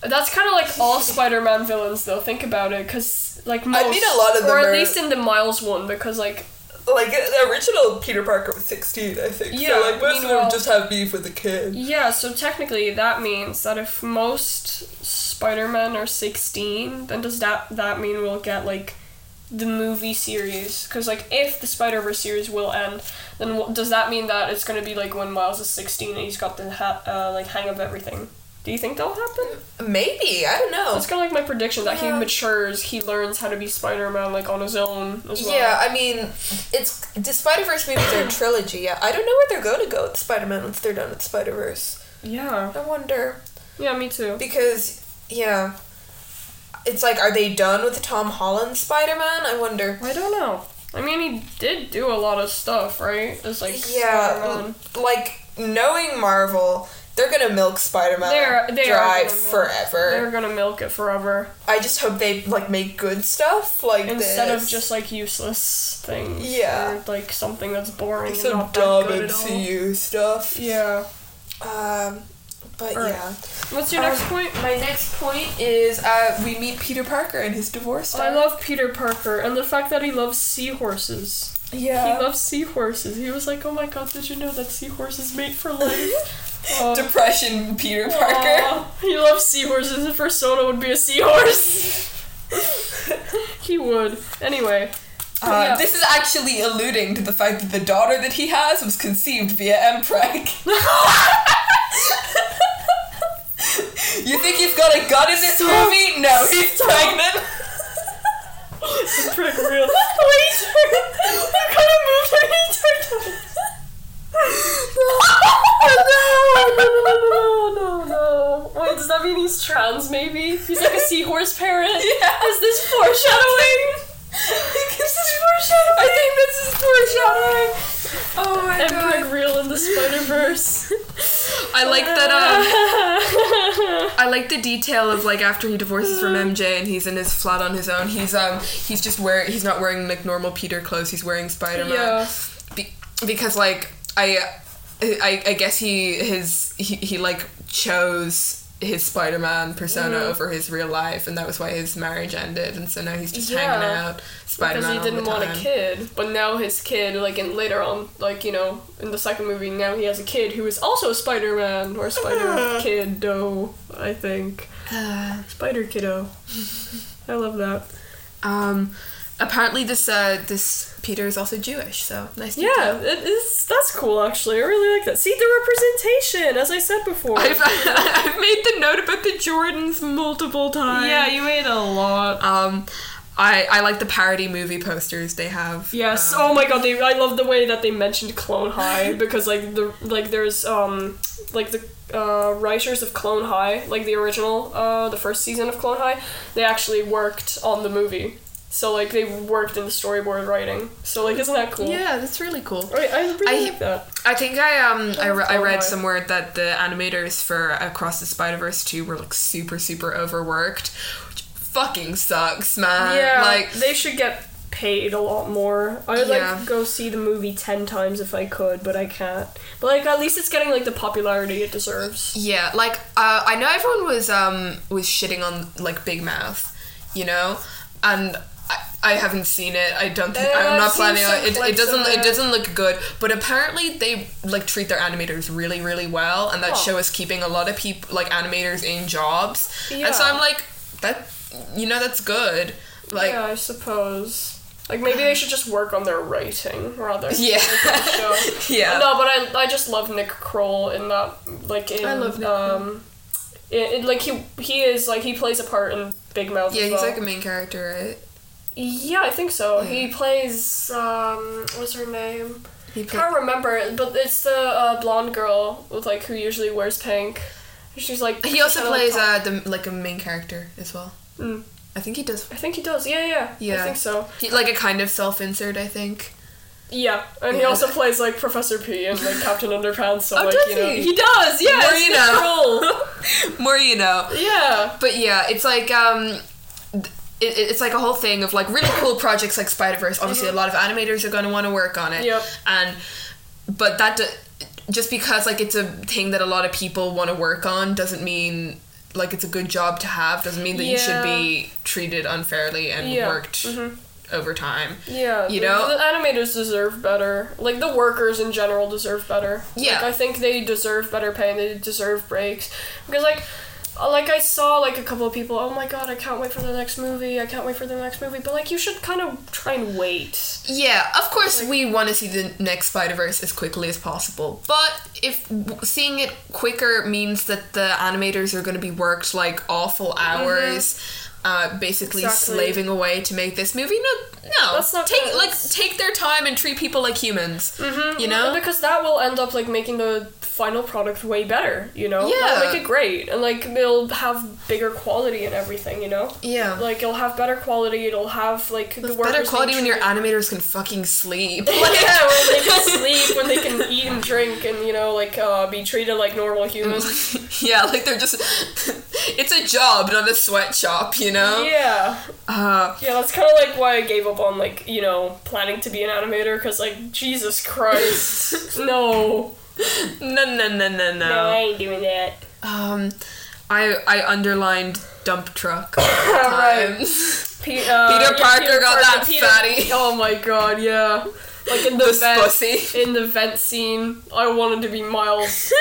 S2: that's kind of like all Spider-Man villains though. Think about it cuz like most
S1: I mean, a lot of
S2: or
S1: them
S2: at
S1: are-
S2: least in the Miles one because like
S1: Like the original Peter Parker was sixteen, I think.
S2: Yeah,
S1: So like most of them
S2: meanwhile-
S1: just have beef with the kid.
S2: yeah, so technically that means that if most Spider-Men are 16, then does that that mean we'll get like the movie series because like if the spider-verse series will end then wh- does that mean that it's going to be like when miles is 16 and he's got the ha- uh, like hang of everything do you think that'll happen
S1: Maybe I don't know.
S2: That's kind of like my prediction that
S1: Oh. Yeah.
S2: he matures, he learns how to be Spider Man like on his own as well.
S1: Yeah, I mean, it's the Spider Verse movies are a trilogy. I don't know where they're going to go with Spider Man once they're done with Spider Verse.
S2: yeah,
S1: I wonder
S2: yeah, me too.
S1: because yeah, it's like are they done with Tom Holland Spider Man? I wonder.
S2: I don't know. I mean, he did do a lot of stuff, right? As like
S1: Yeah,
S2: Spider-Man.
S1: l- like knowing Marvel, they're gonna milk Spider
S2: They're-
S1: Man
S2: they are
S1: dry
S2: gonna milk-
S1: forever.
S2: they're gonna milk it forever
S1: I just hope they like make good stuff like
S2: instead
S1: this.
S2: of just like useless things.
S1: Yeah.
S2: or, like something that's boring. and
S1: some
S2: not that
S1: dumb
S2: good at all.
S1: MCU stuff.
S2: Yeah.
S1: Um, but
S2: Alright.
S1: yeah.
S2: What's your
S1: Um,
S2: next point?
S1: My next point is uh, we meet Peter Parker and his divorce.
S2: Oh, I love Peter Parker and the fact that he loves seahorses.
S1: Yeah.
S2: He loves seahorses. He was like, "Oh my god, did you know that seahorses mate for life?" Oh.
S1: Depression Peter Parker.
S2: Aw, he loves seahorses. If Persona would be a seahorse, he would. Anyway,
S1: Uh,
S2: Yeah.
S1: This is actually alluding to the fact that the daughter that he has was conceived via Mpreg. you think he's got a gun in this movie? No, he's pregnant.
S2: it's pretty real. Please, I kind of moved her. He turned on. Oh, no, no, no, no, no, no. Wait, does that mean he's trans? Maybe he's like a seahorse parent.
S1: Yeah.
S2: Is this foreshadowing?
S1: this is foreshadowing. I think this is foreshadowing. Oh my
S2: Emperor Real in the Spider Verse.
S4: I like that. Um, I like the detail of like after he divorces from
S2: Mm.
S4: MJ and he's in his flat on his own. He's um he's just wearing he's not wearing like normal Peter clothes. He's wearing Spider Man.
S2: Yeah.
S4: Be- because like I, I I guess he his he, he like chose his Spider Man persona
S2: Mm.
S4: over his real life, and that was why his marriage ended. And so now he's just hanging
S2: Yeah.
S4: out Spider
S2: Because
S4: Man
S2: he
S4: all the
S2: didn't want a
S4: time.
S2: kid, but now his kid, like in later on, like you know, in the second movie, now he has a kid who is also Spider Man or Spider Kid Kiddo, I think. Spider Kiddo. I love that.
S4: um, apparently this uh this Peter is also Jewish, so nice.
S2: Yeah,
S4: detail.
S2: it is. That's cool. Actually, I really like that. See the representation, as I said before.
S4: I've, I've made the note about the Jordans multiple times.
S2: yeah, you made a lot.
S4: Um, I I like the parody movie posters they have.
S2: Yes.
S4: Um,
S2: oh my god, they I love the way that they mentioned Clone High because like the like there's um like the uh, writers of Clone High, like the original uh the first season of Clone High, they actually worked on the movie. So like they worked in the storyboard writing. So like isn't that cool?
S4: yeah, that's really cool.
S2: Right, I really
S4: I-
S2: like that.
S4: I think I um I, re- I
S2: Oh my.
S4: read somewhere that the animators for Across the Spider Verse two were like super super overworked, which fucking sucks, man.
S2: Yeah,
S4: like
S2: they should get paid a lot more. I'd
S1: Yeah.
S2: like go see the movie ten times if I could, but I can't. But like at least it's getting like the popularity it deserves.
S1: Yeah, like uh, I know everyone was um was shitting on like Big Mouth, you know, and I, I haven't seen it. I don't think
S2: Yeah,
S1: I'm
S2: I've
S1: not
S2: seen
S1: planning on
S2: some
S1: it. It
S2: clips
S1: doesn't
S2: of
S1: it
S2: it.
S1: doesn't look good, but apparently they like treat their animators really really well, and that
S2: Oh.
S1: show is keeping a lot of people like animators in jobs, and so
S2: Yeah.
S1: I'm like that, you know, that's good. Like
S2: yeah, I suppose. Like maybe they should just work on their writing rather. than
S1: Yeah.
S2: that show.
S1: yeah.
S2: No, but I, I just love Nick Kroll in that like in
S1: I love Nick
S2: um, it, it- like he he is like he plays a part in Big Mouth.
S1: Yeah,
S2: as
S1: he's
S2: well.
S1: like a main character, right?
S2: yeah, I think so. He plays um, what's her name?
S1: He pla-
S2: Can't remember, it, but it's the uh, blonde girl with like who usually wears pink. She's like
S1: he
S2: she's
S1: also
S2: kinda, like,
S1: plays
S2: tall.
S1: uh, the like a main character as well.
S2: Mm.
S1: I think he does
S2: I think he does. Yeah, yeah,
S1: uh, Yeah.
S2: I think so.
S1: He, like a kind of self insert, I think.
S2: Yeah, and he
S1: Yeah.
S2: also plays like Professor P and like Captain Underpants. So
S1: Oh,
S2: like
S1: does
S2: you know
S1: he?
S2: does. Yeah,
S1: More
S2: it's
S1: you
S2: Nick Kroll.
S1: More you know.
S2: yeah.
S1: But yeah, it's like um, th- it, it- it's like a whole thing of like really cool projects like Spider Verse. Obviously, a lot of animators are going to want to work on it.
S2: Yep.
S1: And but that do- just because like it's a thing that a lot of people want to work on doesn't mean like it's a good job to have. Doesn't mean that you should
S2: Yeah.
S1: be treated unfairly and
S2: Yeah. Mm-hmm.
S1: worked over time.
S2: Yeah,
S1: You
S2: the-
S1: know?
S2: the animators deserve better. Like the workers in general deserve better.
S1: Yeah.
S2: like, I think they deserve better pay. and They deserve breaks because like. uh, Like I saw like a couple of people. Oh my god! I can't wait for the next movie. I can't wait for the next movie. But like you should kind of try and wait.
S1: Yeah, of course we want to see the next Spider Verse as quickly as possible, but if w- seeing it quicker means that the animators are going to be worked like awful hours, uh, basically
S2: Mm-hmm. Exactly.
S1: slaving away to make this movie, no, no,
S2: That's not
S1: take
S2: good.
S1: like take their time and treat people like humans, mm-hmm. you know.
S2: Mm, because that will end up like making the final product way better. You know,
S1: Yeah.
S2: That'll make it great, and like it'll have bigger quality and everything. You know,
S1: Yeah,
S2: like it'll have better quality. It'll have like the
S1: It's
S2: workers
S1: better
S2: being
S1: quality when your
S2: treated-
S1: animators can fucking sleep.
S2: yeah, when they can sleep, when they can eat and drink, and you know, like uh, be treated like normal humans.
S1: yeah, like they're just. it's a job, not a sweatshop, you know.
S2: Yeah,
S1: Uh,
S2: yeah, that's kind of like why I gave up on like you know planning to be an animator because like Jesus Christ, no,
S1: no, no, no, no,
S2: no, I ain't doing that.
S1: Um, I I underlined dump truck times.
S2: Pe- uh,
S1: Peter Parker got that
S2: Peter-
S1: fatty.
S2: Oh my God, yeah, like in the
S1: This
S2: vent,
S1: pussy.
S2: in the vent scene, I wanted to be Miles.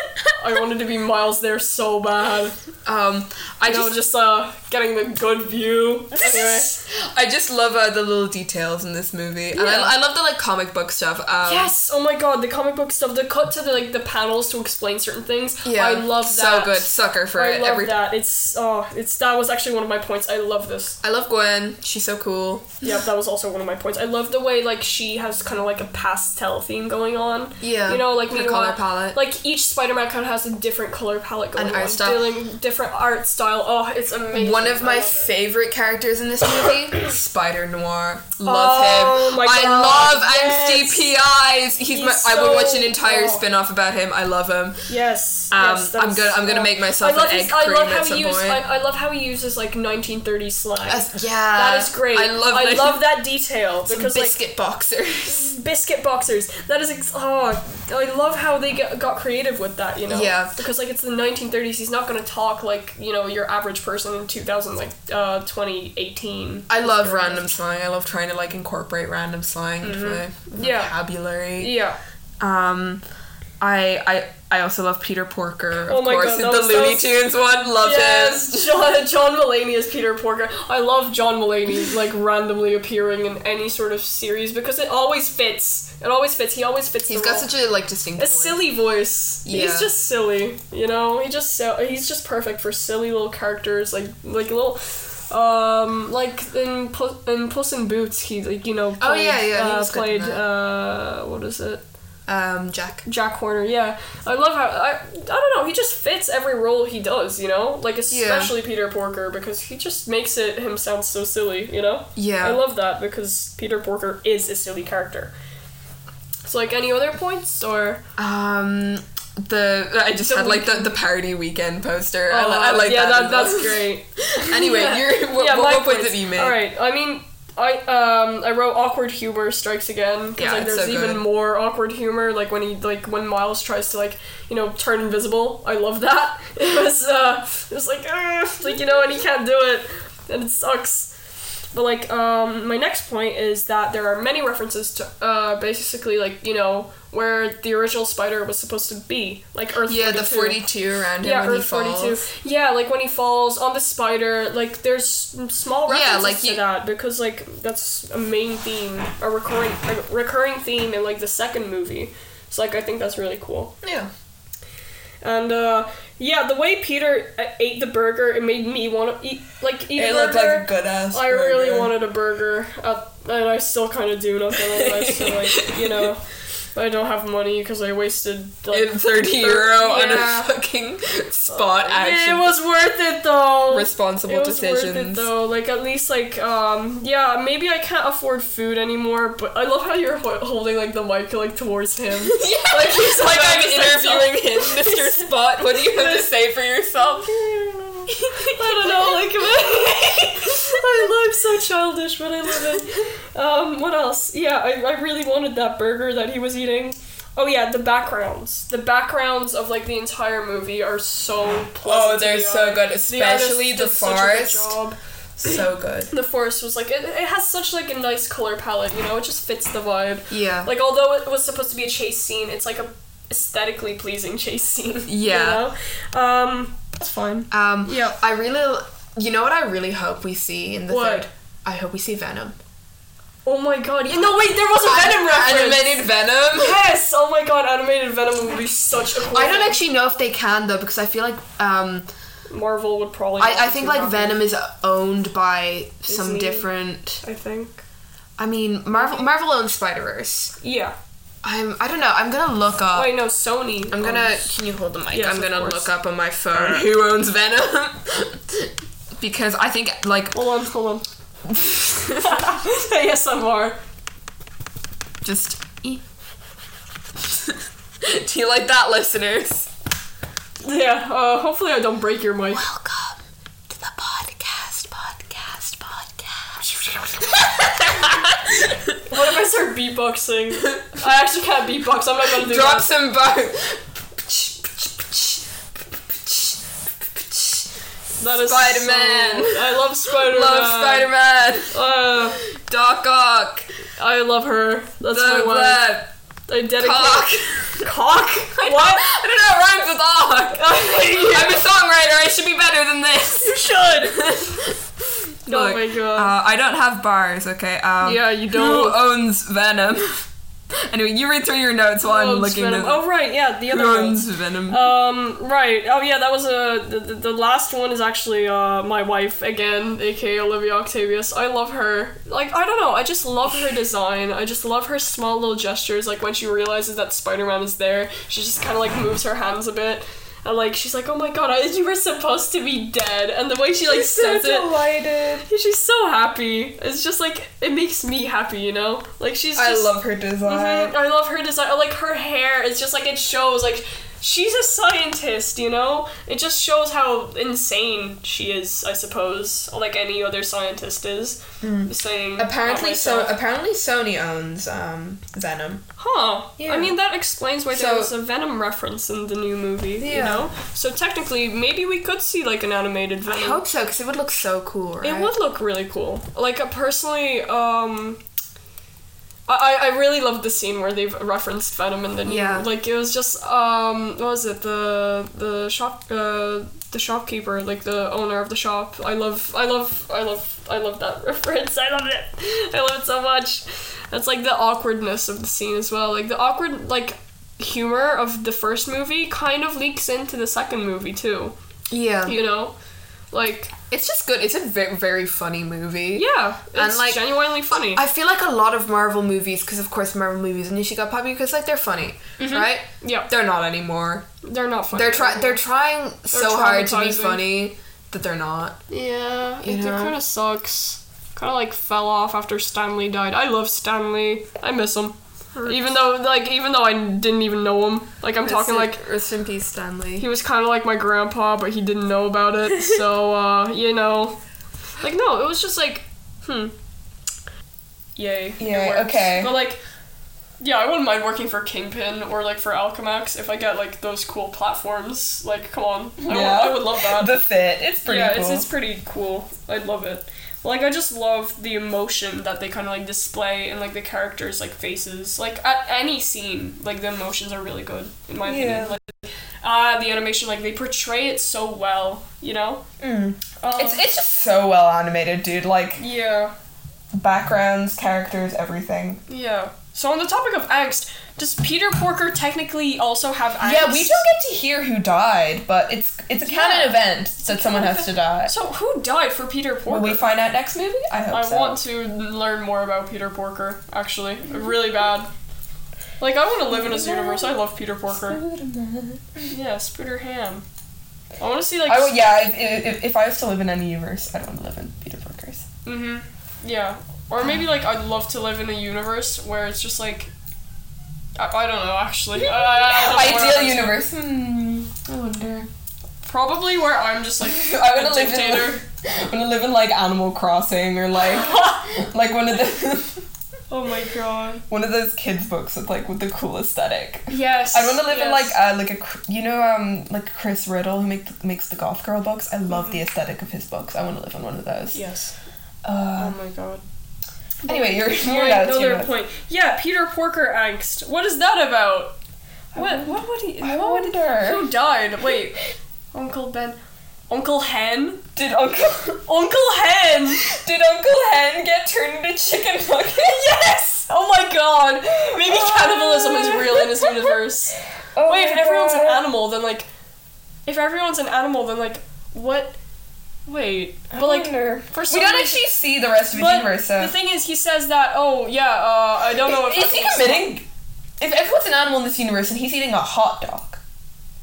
S2: I wanted to be Miles there so bad.
S1: um, I
S2: You know,
S1: just,
S2: just uh, getting the good view. Anyway.
S1: I just love uh, the little details in this movie, and
S2: Yeah.
S1: I, I love the like comic book stuff. Um,
S2: Yes! Oh my god, the comic book stuff, the cut to the like the panels to explain certain things.
S1: yeah,
S2: I love that.
S1: So good, sucker for
S2: I
S1: it.
S2: love
S1: Every
S2: that. It's oh it's that was actually one of my points. I love this.
S1: I love Gwen. She's so cool.
S2: Yeah, that was also one of my points. I love the way like she has kind of like a pastel theme going on.
S1: Yeah,
S2: You know, like
S1: her
S2: meanwhile-
S1: color palette.
S2: Like each Spider Man kind of has a different color palette going
S1: And
S2: on.
S1: art style.
S2: Dealing different art style. Oh, it's amazing.
S1: One of
S2: I
S1: my
S2: love it.
S1: favorite characters in this movie, Spider Noir. Love
S2: Oh
S1: him.
S2: my
S1: I
S2: God,
S1: love
S2: yes.
S1: MCPIs. He's,
S2: He's
S1: my, I would watch
S2: so-
S1: an entire
S2: oh.
S1: spin off about him. I love him.
S2: Yes.
S1: Um,
S2: yes,
S1: I'm
S2: that's-
S1: gonna I'm gonna
S2: oh.
S1: make myself
S2: I love
S1: an egg
S2: his, I
S1: cream
S2: love how
S1: at
S2: he
S1: some
S2: uses,
S1: point.
S2: I, I love how he uses like 1930s slang.
S1: That's- yeah,
S2: that is great.
S1: Uh, I love.
S2: I
S1: that-
S2: love that detail because
S1: biscuit boxers.
S2: like biscuit boxers. That is ex- oh, I love how they get, got creative with that. You know.
S1: Yeah.
S2: Because like it's the 1930s. He's not gonna talk like you know your average person in 2000 like uh 2018.
S1: I love random slang. I love trying to like incorporate random slang into my
S2: Mm-hmm. Yeah.
S1: vocabulary.
S2: Yeah.
S1: Um, I I I also love Peter Porker. Of
S2: Oh my God,
S1: course,
S2: that
S1: the
S2: was- that
S1: Looney
S2: was-
S1: Tunes one. Love him.
S2: Yes, John, John Mulaney as Peter Porker. I love John Mulaney like randomly appearing in any sort of series because it always fits. It always fits. He always fits.
S1: He's
S2: the
S1: got
S2: role.
S1: such a like distinct.
S2: a
S1: voice.
S2: silly voice.
S1: Yeah.
S2: He's just silly, you know. He just so he's just perfect for silly little characters, like like little, um, like in Puss, in Puss in Boots. He like you know. Played,
S1: Oh, yeah, yeah, he
S2: Uh,
S1: was good in
S2: played
S1: that.
S2: uh, what is it?
S1: Um, Jack.
S2: Jack Horner. Yeah, I love how I I don't know. He just fits every role he does, you know. Like especially Peter Porker because he just makes it him sound so silly, you know.
S1: Yeah.
S2: I love that because Peter Porker is a silly character. So like any other points or.
S1: Um. The I just
S2: The
S1: had like the, the parody weekend poster. I, li-
S2: Oh,
S1: I like
S2: yeah,
S1: that. as well.
S2: that's great.
S1: anyway, you're what,
S2: yeah, my
S1: what, what points
S2: points.
S1: have you made?
S2: All right, I mean, I um I wrote awkward humor strikes again because
S1: Yeah,
S2: like
S1: it's
S2: there's
S1: so
S2: even
S1: good.
S2: more awkward humor like when he like when Miles tries to like you know turn invisible I love that it was uh it was like "Ugh," like you know and he can't do it and it sucks but like um my next point is that there are many references to uh basically like you know where the original spider was supposed to be like Earth
S1: Yeah, the
S2: 42
S1: 42 around him
S2: yeah,
S1: when
S2: Earth
S1: he falls.
S2: 42. Yeah, like when he falls on the spider, like there's s- small
S1: Yeah,
S2: references
S1: like
S2: to
S1: you-
S2: that because like that's a main theme, a recurring a recurring theme in like the second movie. So like I think that's really cool.
S1: Yeah.
S2: And uh yeah, the way Peter uh, ate the burger, it made me want to eat like eat
S5: It
S2: a
S5: looked like
S2: burger.
S5: a good ass.
S2: I really wanted a burger, uh, and I still kind of do. Not gonna lie, so like you know, I don't have money because I wasted like
S1: In 30 euro on
S2: yeah.
S1: a fucking spot action.
S2: It was worth it though.
S1: responsible
S2: it was
S1: decisions.
S2: worth it though. Like at least like um yeah maybe I can't afford food anymore. But I love how you're ho- holding like the mic like towards him.
S1: like he's like
S2: about
S1: I'm
S2: to say
S1: interviewing him, Mr. Spot. What do you have to say for yourself?
S2: I don't know like I love so childish, but I love it. Um what else? Yeah I I really wanted that burger that he was eating. Oh yeah, the backgrounds. The backgrounds of like the entire movie are so pleasant.
S1: Oh, they're
S2: to the
S1: so
S2: eye.
S1: good,
S2: The artist
S1: especially the
S2: did such a good
S1: forest.
S2: job.
S1: So good.
S2: the forest was like it, it has such like a nice color palette you know it just fits the vibe
S1: Yeah.
S2: like although it was supposed to be a chase scene it's like a aesthetically pleasing chase scene
S1: Yeah.
S2: you know? um that's fine
S1: Um,
S2: Yeah.
S1: I really, you know what I really hope we see in the
S2: What?
S1: third? I hope we see Venom.
S2: oh my god yeah, no wait there was a venom
S1: An-
S2: reference
S1: Animated Venom.
S2: yes oh my god animated venom would be such a cool
S1: I don't
S2: thing.
S1: actually know if they can though, because I feel like um,
S2: marvel would probably not
S1: I, I
S2: be
S1: think
S2: too
S1: like
S2: happy,
S1: Venom is owned by some
S2: Disney.
S1: different.
S2: i think
S1: I mean, Marvel Marvel owns Spider Verse.
S2: yeah
S1: I'm I don't know. I'm gonna look up.
S2: wait no sony
S1: Uh,
S2: Um,
S1: I'm gonna. Can you hold the mic?
S2: Yes,
S1: I'm
S2: of
S1: gonna
S2: course.
S1: look up on my phone who owns Venom. because I think like
S2: hold on hold on yes i'm are
S1: just. eh. Do you like that, listeners?
S2: yeah uh, hopefully i don't break your mic
S1: Welcome to the podcast, podcast, podcast.
S2: What if I start beatboxing? I actually can't beatbox. I'm not gonna do
S1: Drop
S2: that.
S1: some bar.
S2: That is
S1: Spider-Man.
S2: so- I love Spider Man.
S1: Love Spider Man.
S2: Uh,
S1: Doc Ock.
S2: I love her. That's my
S1: Doug
S2: one.
S1: Webb.
S2: I dedicate.
S1: Cock.
S2: Cock?
S1: What?
S2: What? Oh
S1: I don't know. It rhymes with Ock.
S2: I
S1: I'm a songwriter. I should be better than this.
S2: should. oh
S1: Look,
S2: my god.
S1: Uh, I don't have bars, okay? Um,
S2: Yeah, you
S1: Who
S2: don't.
S1: owns Venom? anyway, you read through your notes while
S2: Oh,
S1: I'm
S2: it's
S1: looking
S2: Venom.
S1: at
S2: Oh right, yeah, the other
S1: who
S2: one.
S1: owns Venom.
S2: Um, right. Oh, yeah, that was a. The, the- the last one is actually uh, my wife again, aka Olivia Octavius. I love her. Like, I don't know. I just love her design. I just love her small little gestures. Like, when she realizes that Spider Man is there, she just kind of like moves her hands a bit. And like, she's like, oh my god, I, you were supposed to be dead. And the way she like says it.
S5: delighted.
S2: She's so happy. It's just like it makes me happy, you know. Like she's.
S5: I
S2: just-
S5: love her design.
S2: Mhm, I love her design. I Like her hair, it's just like it shows. Like she's a scientist, you know. It just shows how insane she is. I suppose, like any other scientist is. Saying
S5: Mm.
S2: about
S5: Apparently, so
S2: myself.
S5: apparently Sony owns um, Venom.
S2: Huh.
S5: Yeah.
S2: I mean, that explains why
S5: So-
S2: there was a Venom reference in the new movie. You
S5: Yeah.
S2: know. So technically, maybe we could see like an animated Venom.
S1: I hope so, because it would look so cool, right?
S2: It would look really cool. Like uh, personally, um, I I I really loved the scene where they've referenced Venom in the new.
S1: Yeah.
S2: Like it was just um, what was it the the shop uh the shopkeeper like the owner of the shop. I love I love I love I love that reference. I love it. I love it so much. That's like the awkwardness of the scene as well. Like the awkward like humor of the first movie kind of leaks into the second movie too.
S1: Yeah.
S2: You know, like.
S1: It's just good. It's a very, very funny movie.
S2: Yeah, it's
S1: And, like,
S2: genuinely funny.
S1: I feel like a lot of Marvel movies, because of course Marvel movies initially got popular because like they're funny,
S2: Mm-hmm.
S1: right?
S2: yeah,
S1: They're not anymore.
S2: they're not funny.
S1: They're try they're trying so hard to be
S2: traumatizing.
S1: funny that they're not.
S2: yeah, it,
S1: You know?
S2: kind of sucks. Kind of like fell off after Stanley died. I love Stanley. I miss him. Even though, like, even though I didn't even know him, like I'm talking like
S1: rest in peace, Stanley.
S2: he was kind of like my grandpa, but he didn't know about it. so uh, you know, like no, it was just like, hmm, Yay. it
S1: Yay,
S2: works.
S1: okay.
S2: But like, yeah, I wouldn't mind working for Kingpin or like for Alchemax if I get like those cool platforms. Like, come on, I,
S1: Yeah.
S2: would, I would love that.
S1: The fit. It's pretty
S2: yeah,
S1: cool.
S2: it's it's pretty cool. I love it. Like I just love the emotion that they kind of like display in like the characters like faces. Like at any scene, like the emotions are really good in my
S1: Yeah.
S2: opinion. Like ah, the animation like they portray it so well, you know?
S1: Mm.
S2: Um,
S1: It's it's just so well animated, dude. Like
S2: yeah.
S1: backgrounds, characters, everything.
S2: Yeah. So on the topic of angst, does Peter Porker technically also have angst?
S1: Yeah, we don't get to hear who died, but it's it's a canon
S2: Yeah.
S1: event that someone has to die.
S2: So who died for Peter Porker?
S1: Will we find out next movie? I hope
S2: I
S1: so.
S2: want to learn more about Peter Porker, actually. Really bad. Like, I want to live in his universe. I love Peter Porker. Yeah, Spooter Ham. I want to see, like.
S1: I would, yeah, if, if, if I was to live in any universe, I'd want to live in Peter Parker's.
S2: hmm Yeah. Or maybe, like, I'd love to live in a universe where it's just, like. I, I don't know, actually. I, I, I don't know where
S1: Ideal
S2: I'm-
S1: universe. Hmm, I wonder.
S2: Probably where I'm just, like.
S1: I want
S2: a
S1: to live
S2: dictator.
S1: in. I'm gonna live in like Animal Crossing or like like one of the
S2: Oh my god.
S1: one of those kids books with like with the cool aesthetic.
S2: Yes.
S1: I want to live in like
S2: yes.
S1: uh, like a cr- you know um like Chris Riddle who make, makes the Golf Girl books. I love
S2: Mm-hmm.
S1: the aesthetic of his books. I want to live in one of those.
S2: Yes. Oh
S1: Uh,
S2: my god.
S1: anyway, you're you're
S2: Point,
S1: out.
S2: another
S1: you're out.
S2: point. Yeah, Peter Porker angst. What is that about? What? What would he?
S1: I
S2: what would-
S1: wonder.
S2: Who died? Wait, Uncle Ben, Uncle Hen,
S1: Did Uncle
S2: Uncle Hen.
S1: Did Uncle Hen get turned into chicken nuggets?
S2: Yes. Oh my God. Maybe cannibalism is real in this universe.
S1: Oh
S2: Wait, if
S1: my
S2: everyone's an
S1: Oh, God.
S2: animal, then like, if everyone's an animal, then like, what? Wait, but like, for some
S1: we don't
S2: reason-
S1: actually see the rest of his
S2: But
S1: universe. So.
S2: the thing is, he says that. Oh yeah, uh, I don't know if
S1: is he
S2: that's-
S1: committing? If everyone's an animal in this universe and he's eating a hot dog,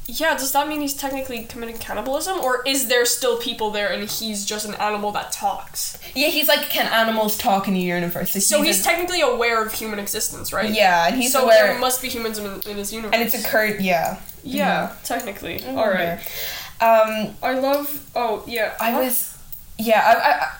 S2: Yeah, does that mean he's technically committing cannibalism, or is there still people there and he's just an animal that talks?
S1: yeah, he's like, can animals talk in your universe?
S2: So he's
S1: an-
S2: technically aware of human existence, right?
S1: yeah, and he's
S2: so
S1: aware,
S2: there must be humans in, in his universe.
S1: and it's Oh occurred. Yeah,
S2: yeah, technically. All right.
S1: Um,
S2: I love. Oh yeah.
S1: I was. Yeah,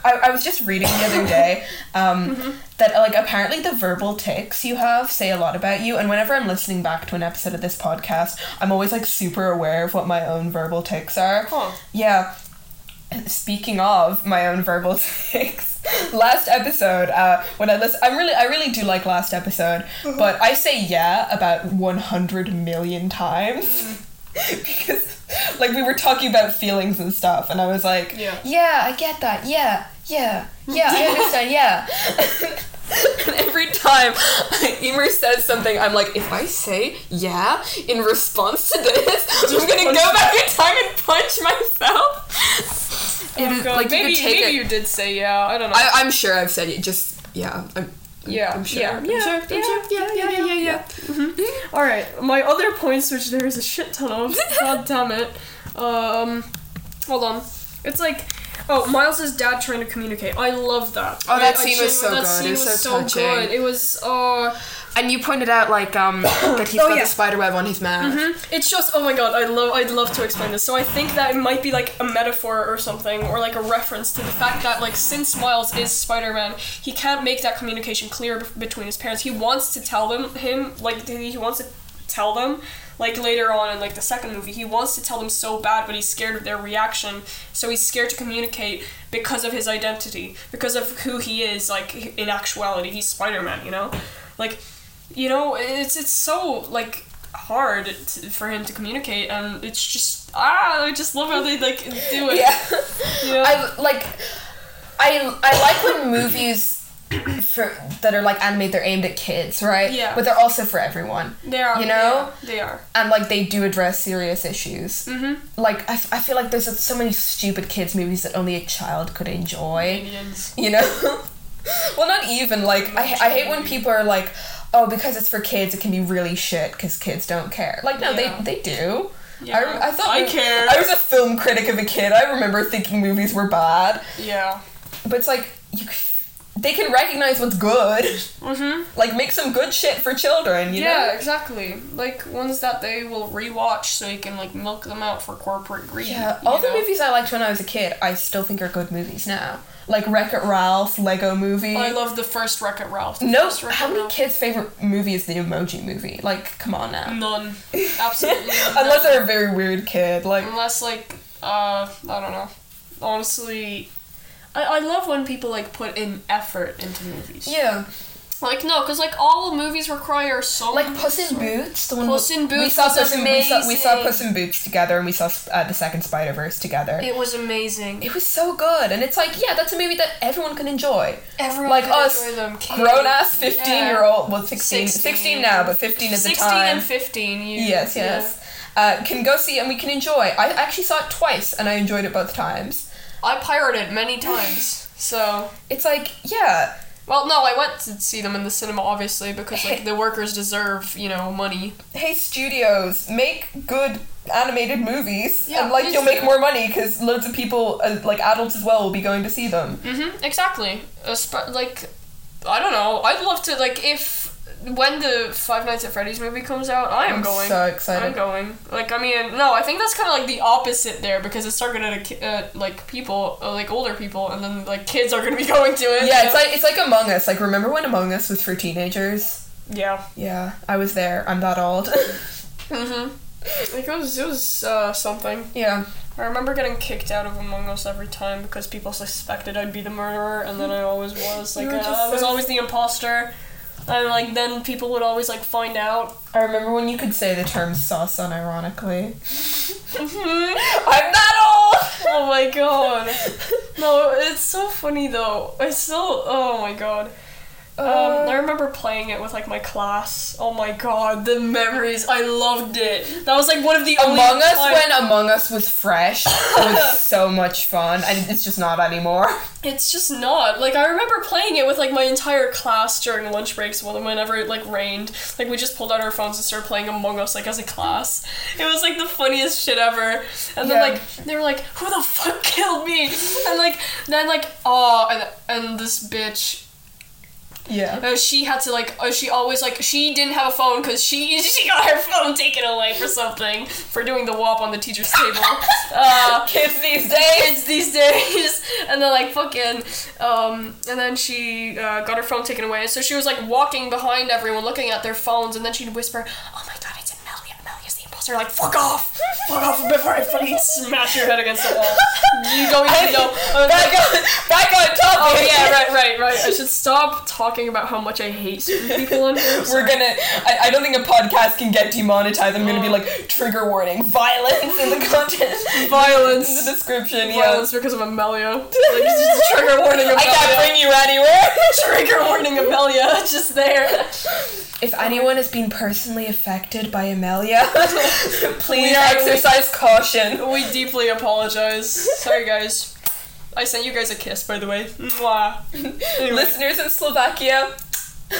S1: I, I, I, I was just reading the other day um,
S2: Mm-hmm.
S1: that like apparently the verbal tics you have say a lot about you, and whenever I'm listening back to an episode of this podcast, I'm always like super aware of what my own verbal tics are.
S2: Huh.
S1: Yeah. Speaking of my own verbal tics, last episode, uh, when I listen, I really, I really do like last episode, but I say yeah about one hundred million times because, like, we were talking about feelings and stuff, and I was like,
S2: Yeah.
S1: I get that, yeah, yeah, yeah, I understand, yeah. And every time Emer says something, I'm like, if I say yeah in response to this, I'm gonna go back in time and punch myself. It is
S2: Oh God,
S1: like
S2: maybe
S1: you could take
S2: maybe
S1: it.
S2: you did say yeah. I don't know.
S1: I, I'm sure I've said it. Just yeah, I'm,
S2: yeah,
S1: I'm sure.
S2: yeah,
S1: I'm
S2: yeah,
S1: sure.
S2: yeah,
S1: I'm sure.
S2: yeah, yeah, yeah, yeah,
S6: Mm-hmm.
S2: Mhm. All right, my other points, which there is a shit ton of. God damn it. Um, hold on. It's like, oh, Miles's dad trying to communicate. I love that.
S6: Oh, that
S2: I- I
S6: scene was so
S2: genuinely- That
S6: good.
S2: scene
S6: It was
S2: was
S6: so
S2: so
S6: touching.
S2: good. It was. Uh,
S6: And you pointed out like um that he's
S2: Oh,
S6: got
S2: yeah.
S6: a spider web on his mouth.
S1: Mm-hmm.
S2: It's just oh my god, I love I'd love to explain this. So I think that it might be like a metaphor or something, or like a reference to the fact that like since Miles is Spider-Man, he can't make that communication clear b- between his parents. He wants to tell them him like he wants to tell them like later on in like the second movie he wants to tell them so bad but he's scared of their reaction so he's scared to communicate because of his identity because of who he is like in actuality he's spider-man you know like you know it's it's so like hard t- for him to communicate and it's just ah i just love how they like do it
S1: yeah.
S2: you know?
S1: I like I I like when movies for that are like animated they're aimed at kids, right?
S2: Yeah.
S1: But they're also for everyone.
S2: they are
S1: you know?
S2: they are,
S1: And like they do address serious issues.
S2: they are. Mm-hmm.
S1: Like I, f- I feel like there's so many stupid kids movies that only a child could enjoy.
S2: Indians.
S1: You know? well, not even like I I hate when people are like, "Oh, because it's for kids, it can be really shit because kids don't care." Like no,
S2: Yeah.
S1: they they do.
S2: yeah
S1: I, rem- I thought
S2: i
S1: mov-
S2: care
S1: I was a film critic of a kid. I remember thinking movies were bad.
S2: yeah
S1: But it's like you, c- they can recognize what's good.
S2: Mm-hmm.
S1: Like make some good shit for children. You
S2: yeah,
S1: know?
S2: exactly. Like ones that they will rewatch so you can like milk them out for corporate greed.
S1: Yeah,
S2: you
S1: all the
S2: know?
S1: movies I liked when I was a kid, I still think are good movies now. Like Wreck It Ralph, Lego Movie.
S2: Oh, I love the first Wreck It Ralph. The
S1: no,
S2: first Wreck-It
S1: how many
S2: Ralph.
S1: kids' favorite movie is the Emoji Movie? Like, come on now.
S2: None. Absolutely. none.
S1: Unless they're a very weird kid, like
S2: Unless like uh I don't know. Honestly, I, I love when people like put in effort into movies.
S1: yeah,
S2: Like no, because like all movies require so
S1: like
S2: much-
S1: Puss in Boots. The one
S2: Mm. Puss in
S1: we
S2: Boots
S1: saw
S2: was
S1: Puss in we saw, we saw
S2: amazing.
S1: Puss in Boots together, and we saw uh, the second Spider Verse together.
S2: It was amazing.
S1: It was so good, and it's like, yeah, that's a movie that everyone can enjoy.
S2: Everyone
S1: like
S2: could
S1: us,
S2: enjoy them. Kids.
S1: Grown ass 15
S2: Yeah.
S1: year old, well, 16, 16,
S2: 16.
S1: now, but 15 at the
S2: 16
S1: time.
S2: and 15. You,
S1: yes,
S2: yeah.
S1: yes. Uh, can go see and we can enjoy. I actually saw it twice and I enjoyed it both times.
S2: I pirated many times. So,
S1: It's like, yeah,
S2: well, no, I went to see them in the cinema, obviously, because like the workers deserve, you know, money.
S1: hey studios, make good animated movies
S2: Yeah,
S1: and like
S2: please
S1: you'll make
S2: do.
S1: more money because loads of people, uh, like adults as well, will be going to see them.
S2: Mm-hmm. Exactly. Espe- like, I don't know. I'd love to like if when the Five Nights at Freddy's movie comes out, I am
S1: I'm
S2: going.
S1: so
S2: I'm
S1: excited.
S2: going. Like, I mean, no, I think that's kind of like the opposite there because it's targeted at ki- uh, like people, uh, like older people, and then like kids are gonna be going to it.
S1: Yeah, it's like it's like Among Us. Like remember when Among Us was for teenagers?
S2: yeah.
S1: Yeah, I was there. I'm that old.
S2: Mm-hmm. Like it was, it was uh, something.
S1: yeah.
S2: I remember getting kicked out of Among Us every time because people suspected I'd be the murderer, and then I always was. Like,
S1: were
S2: uh,
S1: just
S2: I was
S1: so-
S2: always the imposter. And like then people would always like find out.
S1: I remember when you could say the term sauce unironically.
S2: Mhm.
S1: I'm that old!
S2: oh my god! No, it's so funny though. It's so oh my god.
S1: Uh,
S2: Um, I remember playing it with like my class. Oh my god, the memories! I loved it. That was like one of the only
S1: Among Us,
S2: time-
S1: when Among Us was fresh, it was so much fun, and it's just not anymore.
S2: It's just not. Like I remember playing it with like my entire class during lunch breaks when- whenever it like rained. Like we just pulled out our phones and started playing Among Us like as a class. It was like the funniest shit ever. And
S1: Yeah.
S2: then like they were like, Who the fuck killed me? And like then like oh and and this bitch
S1: Yeah.
S2: uh, she had to like uh, she always like she didn't have a phone because she she got her phone taken away for something for doing the wop on the teacher's table. Uh,
S1: Kids these days!
S2: kids these days and they're like fucking um and then she uh, got her phone taken away so she was like walking behind everyone looking at their phones and then she'd whisper oh my god it's Amelia Amelia's the imposter like fuck off fuck off before I fucking smash your head against the wall you don't even know I was
S1: Back
S2: like,
S1: on, back on topic!
S2: oh yeah right right right I should stop talking about how much I hate certain people on here
S1: We're gonna. I, I don't think a podcast can get demonetized. I'm gonna be like, trigger warning, violence in the content, in the
S2: violence
S1: description, yeah.
S2: violence because of Amelia like, just trigger warning
S1: I can't
S2: Amelia
S1: bring you anywhere!
S2: trigger warning Amelia just there
S1: If anyone has been personally affected by Amelia, please
S2: We are-
S1: exercise caution.
S2: We deeply apologize. Sorry, guys. I sent you guys a kiss, by the way. Mwah.
S1: Listeners in Slovakia,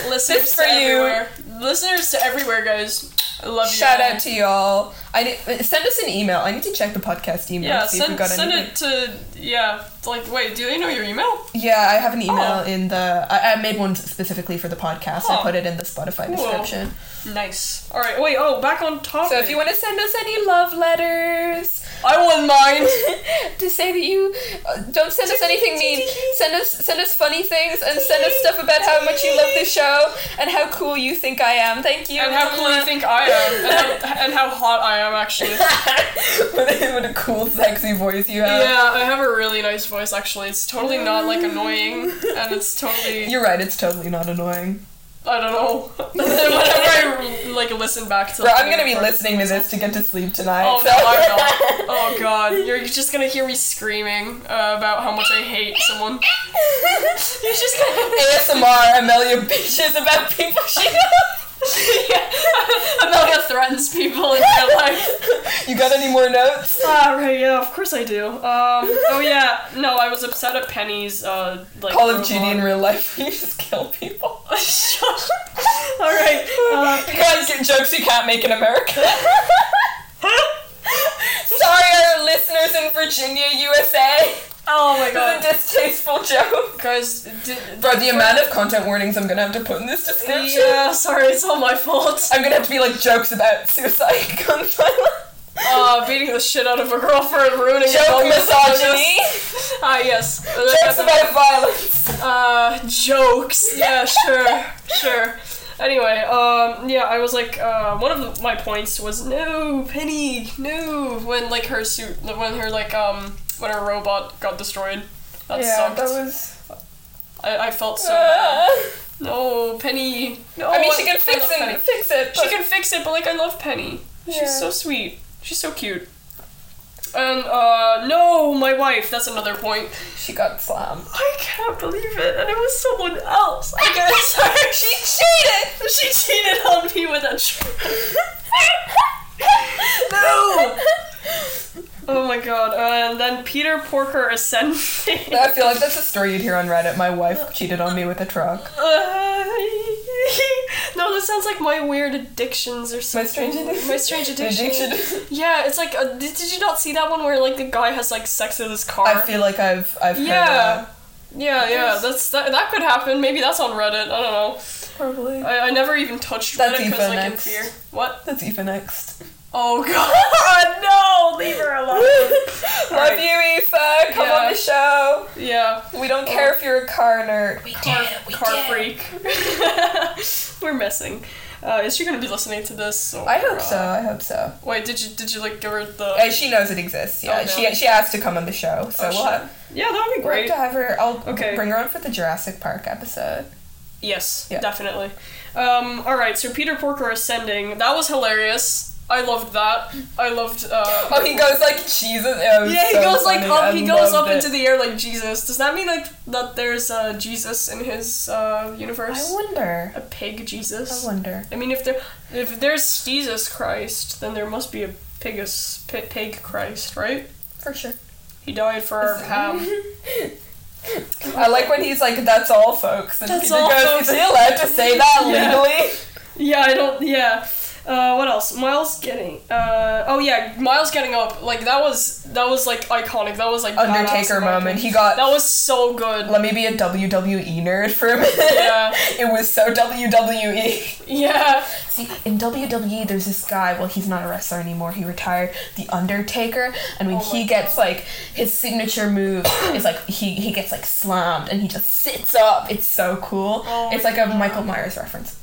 S2: Listeners
S1: this
S2: to
S1: for you.
S2: everywhere. Listeners to everywhere, guys. I love you.
S1: shout out to y'all. I need, send us an email. I need to check the podcast email
S2: Yeah,
S1: to see if we
S2: send,
S1: got
S2: send
S1: anything.
S2: it to yeah. It's Like, wait, do they know your email?
S1: Yeah, I have an email
S2: Oh.
S1: in the. I, I made one specifically for the podcast. I
S2: Huh.
S1: put it in the Spotify
S2: Cool.
S1: description.
S2: Nice. All right. Wait. Oh, back on topic.
S1: So if you want to send us any love letters
S2: I won mine.
S1: to say that you uh, don't send us anything mean, send us send us funny things and send us stuff about how much you love the show and how cool you think I am. Thank you.
S2: and how cool you think I am, and how, and how hot I am actually.
S1: what, a, what a cool, sexy voice you have.
S2: Yeah, I have a really nice voice actually. It's totally not like annoying, and it's totally.
S1: You're right. It's totally not annoying.
S2: I don't know. Whenever I like listen back to,
S1: Bro,
S2: like,
S1: I'm gonna be
S2: the-
S1: listening to this to get to sleep tonight.
S2: Oh
S1: so-
S2: no, I'm not. Oh god, you're just gonna hear me screaming uh, about how much I hate someone. You're just gonna.
S1: ASMR Amelia bitches about people she knows.
S2: yeah, Amelia threatens people in real life.
S1: you got any more notes?
S2: Ah, right, yeah, of course I do. Um, oh yeah, no, I was upset at Penny's uh, like.
S1: Call of
S2: robot.
S1: Duty in real life where you just kill people.
S2: Shut up. All right. Uh,
S1: Guys, get jokes you can't make in America. Sorry, our listeners in Virginia, USA.
S2: Oh my
S1: The
S2: god.
S1: distasteful joke.
S2: Guys, d-
S1: Bro, the amount of content warnings I'm gonna have to put in this description.
S2: yeah, uh, sorry, it's all my fault.
S1: I'm gonna have to be like jokes about suicide, gun violence,
S2: Uh, beating the shit out of a girlfriend, ruining a
S1: joke
S2: bone
S1: misogyny,
S2: Ah, yes.
S1: jokes about violence.
S2: uh, jokes. Yeah, sure, sure. Anyway, um, yeah, I was like, uh, one of the, my points was no, Penny, no. When like her suit, when her like um, when her robot got destroyed, that sucked.
S1: was.
S2: I, I felt so. bad.
S1: I
S2: No, Penny. No.
S1: mean, she can
S2: I
S1: fix
S2: love
S1: it.
S2: Penny.
S1: Fix it.
S2: She can fix it, but like I love Penny.
S1: Yeah.
S2: She's so sweet. She's so cute. And uh, no, my wife. That's another point.
S1: She got slammed.
S2: I can't believe it, and it was someone else. I guess she cheated. She cheated on me with a. Tr- no. Oh my god! And then Peter Porker ascending.
S1: I feel like that's a story you'd hear on Reddit. My wife cheated on me with a truck.
S2: Uh, no, this sounds like my weird addictions or
S1: My
S2: something.
S1: strange addiction.
S2: My strange addiction.
S1: Addiction.
S2: Yeah, it's like. Uh, did, did you not see that one where like the guy has like sex in his car?
S1: I feel like I've I've heard
S2: Yeah.
S1: that.
S2: Yeah, yeah, that's that, that could happen. Maybe that's on Reddit. I don't know.
S1: Probably.
S2: I, I never even touched
S1: That's
S2: Reddit because
S1: Eva
S2: like in
S1: next.
S2: fear. What?
S1: That's Eva next.
S2: Oh god, no! Leave her alone.
S1: Love
S2: Alright.
S1: you, Eva. Come
S2: Yeah.
S1: on the show.
S2: Yeah,
S1: We don't care if you're a car nerd.
S2: car, car freak. We're missing. Uh, is she gonna be listening to this? Or,
S1: I hope so.
S2: uh,
S1: I hope so.
S2: Wait, did you did you like give her the?
S1: Uh, she knows it exists. Yeah,
S2: Oh,
S1: she
S2: really?
S1: she asked to come on the show, so
S2: Oh,
S1: we'll
S2: shit.
S1: have,
S2: yeah, that would be
S1: we'll have
S2: great.
S1: to have her. I'll
S2: Okay.
S1: bring her on for the Jurassic Park episode.
S2: Yes,
S1: Yeah.
S2: definitely. Um, all right, so Peter Porker ascending. That was hilarious. I loved that. I loved. Uh,
S1: Oh, he goes like Jesus. It was
S2: Yeah, he
S1: so
S2: goes like
S1: funny.
S2: up.
S1: I
S2: He goes up
S1: loved it.
S2: into the air like Jesus. Does that mean like that there's uh, Jesus in his uh,
S1: I
S2: universe?
S1: wonder.
S2: a pig
S1: I
S2: Jesus. I,
S1: wonder.
S2: mean, if there if there's Jesus Christ, then there must be a pigus pi- pig Christ, right?
S1: For sure.
S2: He died for our ham.
S1: I like when he's like, "That's all, folks." And
S2: That's
S1: Peter
S2: all,
S1: goes,
S2: folks.
S1: "Is he allowed to say that
S2: Yeah.
S1: legally?"
S2: Yeah, I don't. Yeah. Uh, what else? Miles getting. Uh, oh yeah, Miles getting up. Like that was that was like iconic. That was like badass
S1: Undertaker
S2: in my
S1: moment.
S2: opinion.
S1: He got.
S2: That was so good.
S1: Let me be a WWE nerd for a minute.
S2: Yeah.
S1: it was so WWE.
S2: Yeah.
S1: See, in WWE, there's this guy. Well, he's not a wrestler anymore. He retired, the Undertaker. And when
S2: Oh my
S1: he gets like his signature move, is like he he gets like slammed and he just sits up. It's so cool.
S2: Oh
S1: it's
S2: my
S1: like a Michael Myers reference.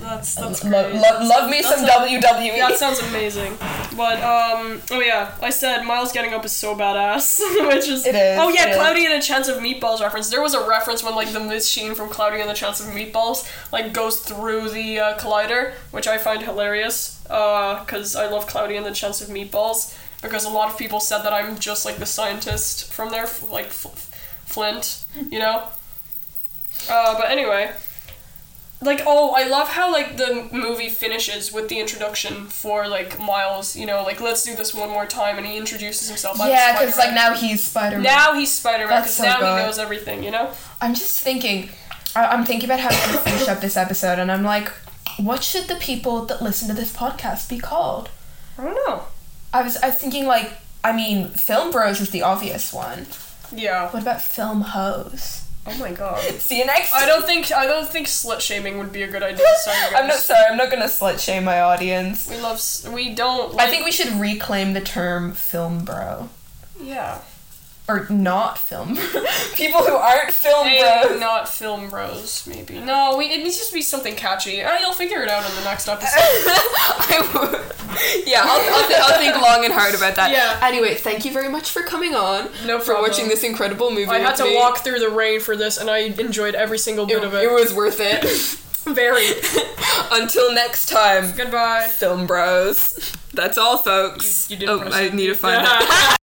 S2: That's that's
S1: Lo- lo-
S2: great.
S1: love me
S2: That's
S1: some E.
S2: a-
S1: WWE.
S2: That sounds amazing. But um oh yeah, I said Miles getting up is so badass, which is
S1: It is,
S2: Oh yeah,
S1: it is.
S2: Cloudy and a Chance of Meatballs reference. There was a reference when like the machine from Cloudy and the Chance of Meatballs like goes through the uh, collider, which I find hilarious uh cuz I love Cloudy and the Chance of Meatballs because a lot of people said that I'm just like the scientist from there f- like f- Flint, you know. Uh but anyway, like oh i love how like the movie finishes with the introduction for like miles you know like let's do this one more time and he introduces himself I'm
S1: yeah, because like
S2: Spider-Man.
S1: now he's Spider Man.
S2: now he's spider-man because
S1: That's so
S2: now
S1: good.
S2: he knows everything you know
S1: I'm just thinking. I- I'm thinking about how we can finish up this episode, and I'm like, what should the people that listen to this podcast be called?
S2: i don't know
S1: I was I was thinking like I mean film bros is the obvious one.
S2: yeah
S1: What about film hoes?
S2: oh my god
S1: See you next.
S2: i don't think i don't think slut shaming would be a good idea sorry guys
S1: I'm not sorry. I'm not gonna slut shame my audience.
S2: we love s- we don't like,
S1: I think we should reclaim the term film bro
S2: yeah
S1: or not film. People who aren't film
S2: Hey,
S1: bros.
S2: not film bros maybe no we it needs just to be something catchy uh, you'll figure it out in the next episode
S7: I would. Yeah, I'll, I'll, th- I'll think long and hard about that.
S2: Yeah.
S7: Anyway, thank you very much for coming on.
S2: No
S7: For
S2: problem.
S7: watching this incredible movie.
S2: I had
S7: with
S2: to
S7: me.
S2: walk through the rain for this, and I enjoyed every single
S7: It,
S2: bit of
S7: it
S2: it.
S7: was worth it.
S2: Very.
S7: Until next time,
S2: Goodbye.
S7: film bros. That's all, folks.
S2: You- you did
S7: oh,
S2: press
S7: I
S2: it.
S7: need to find that.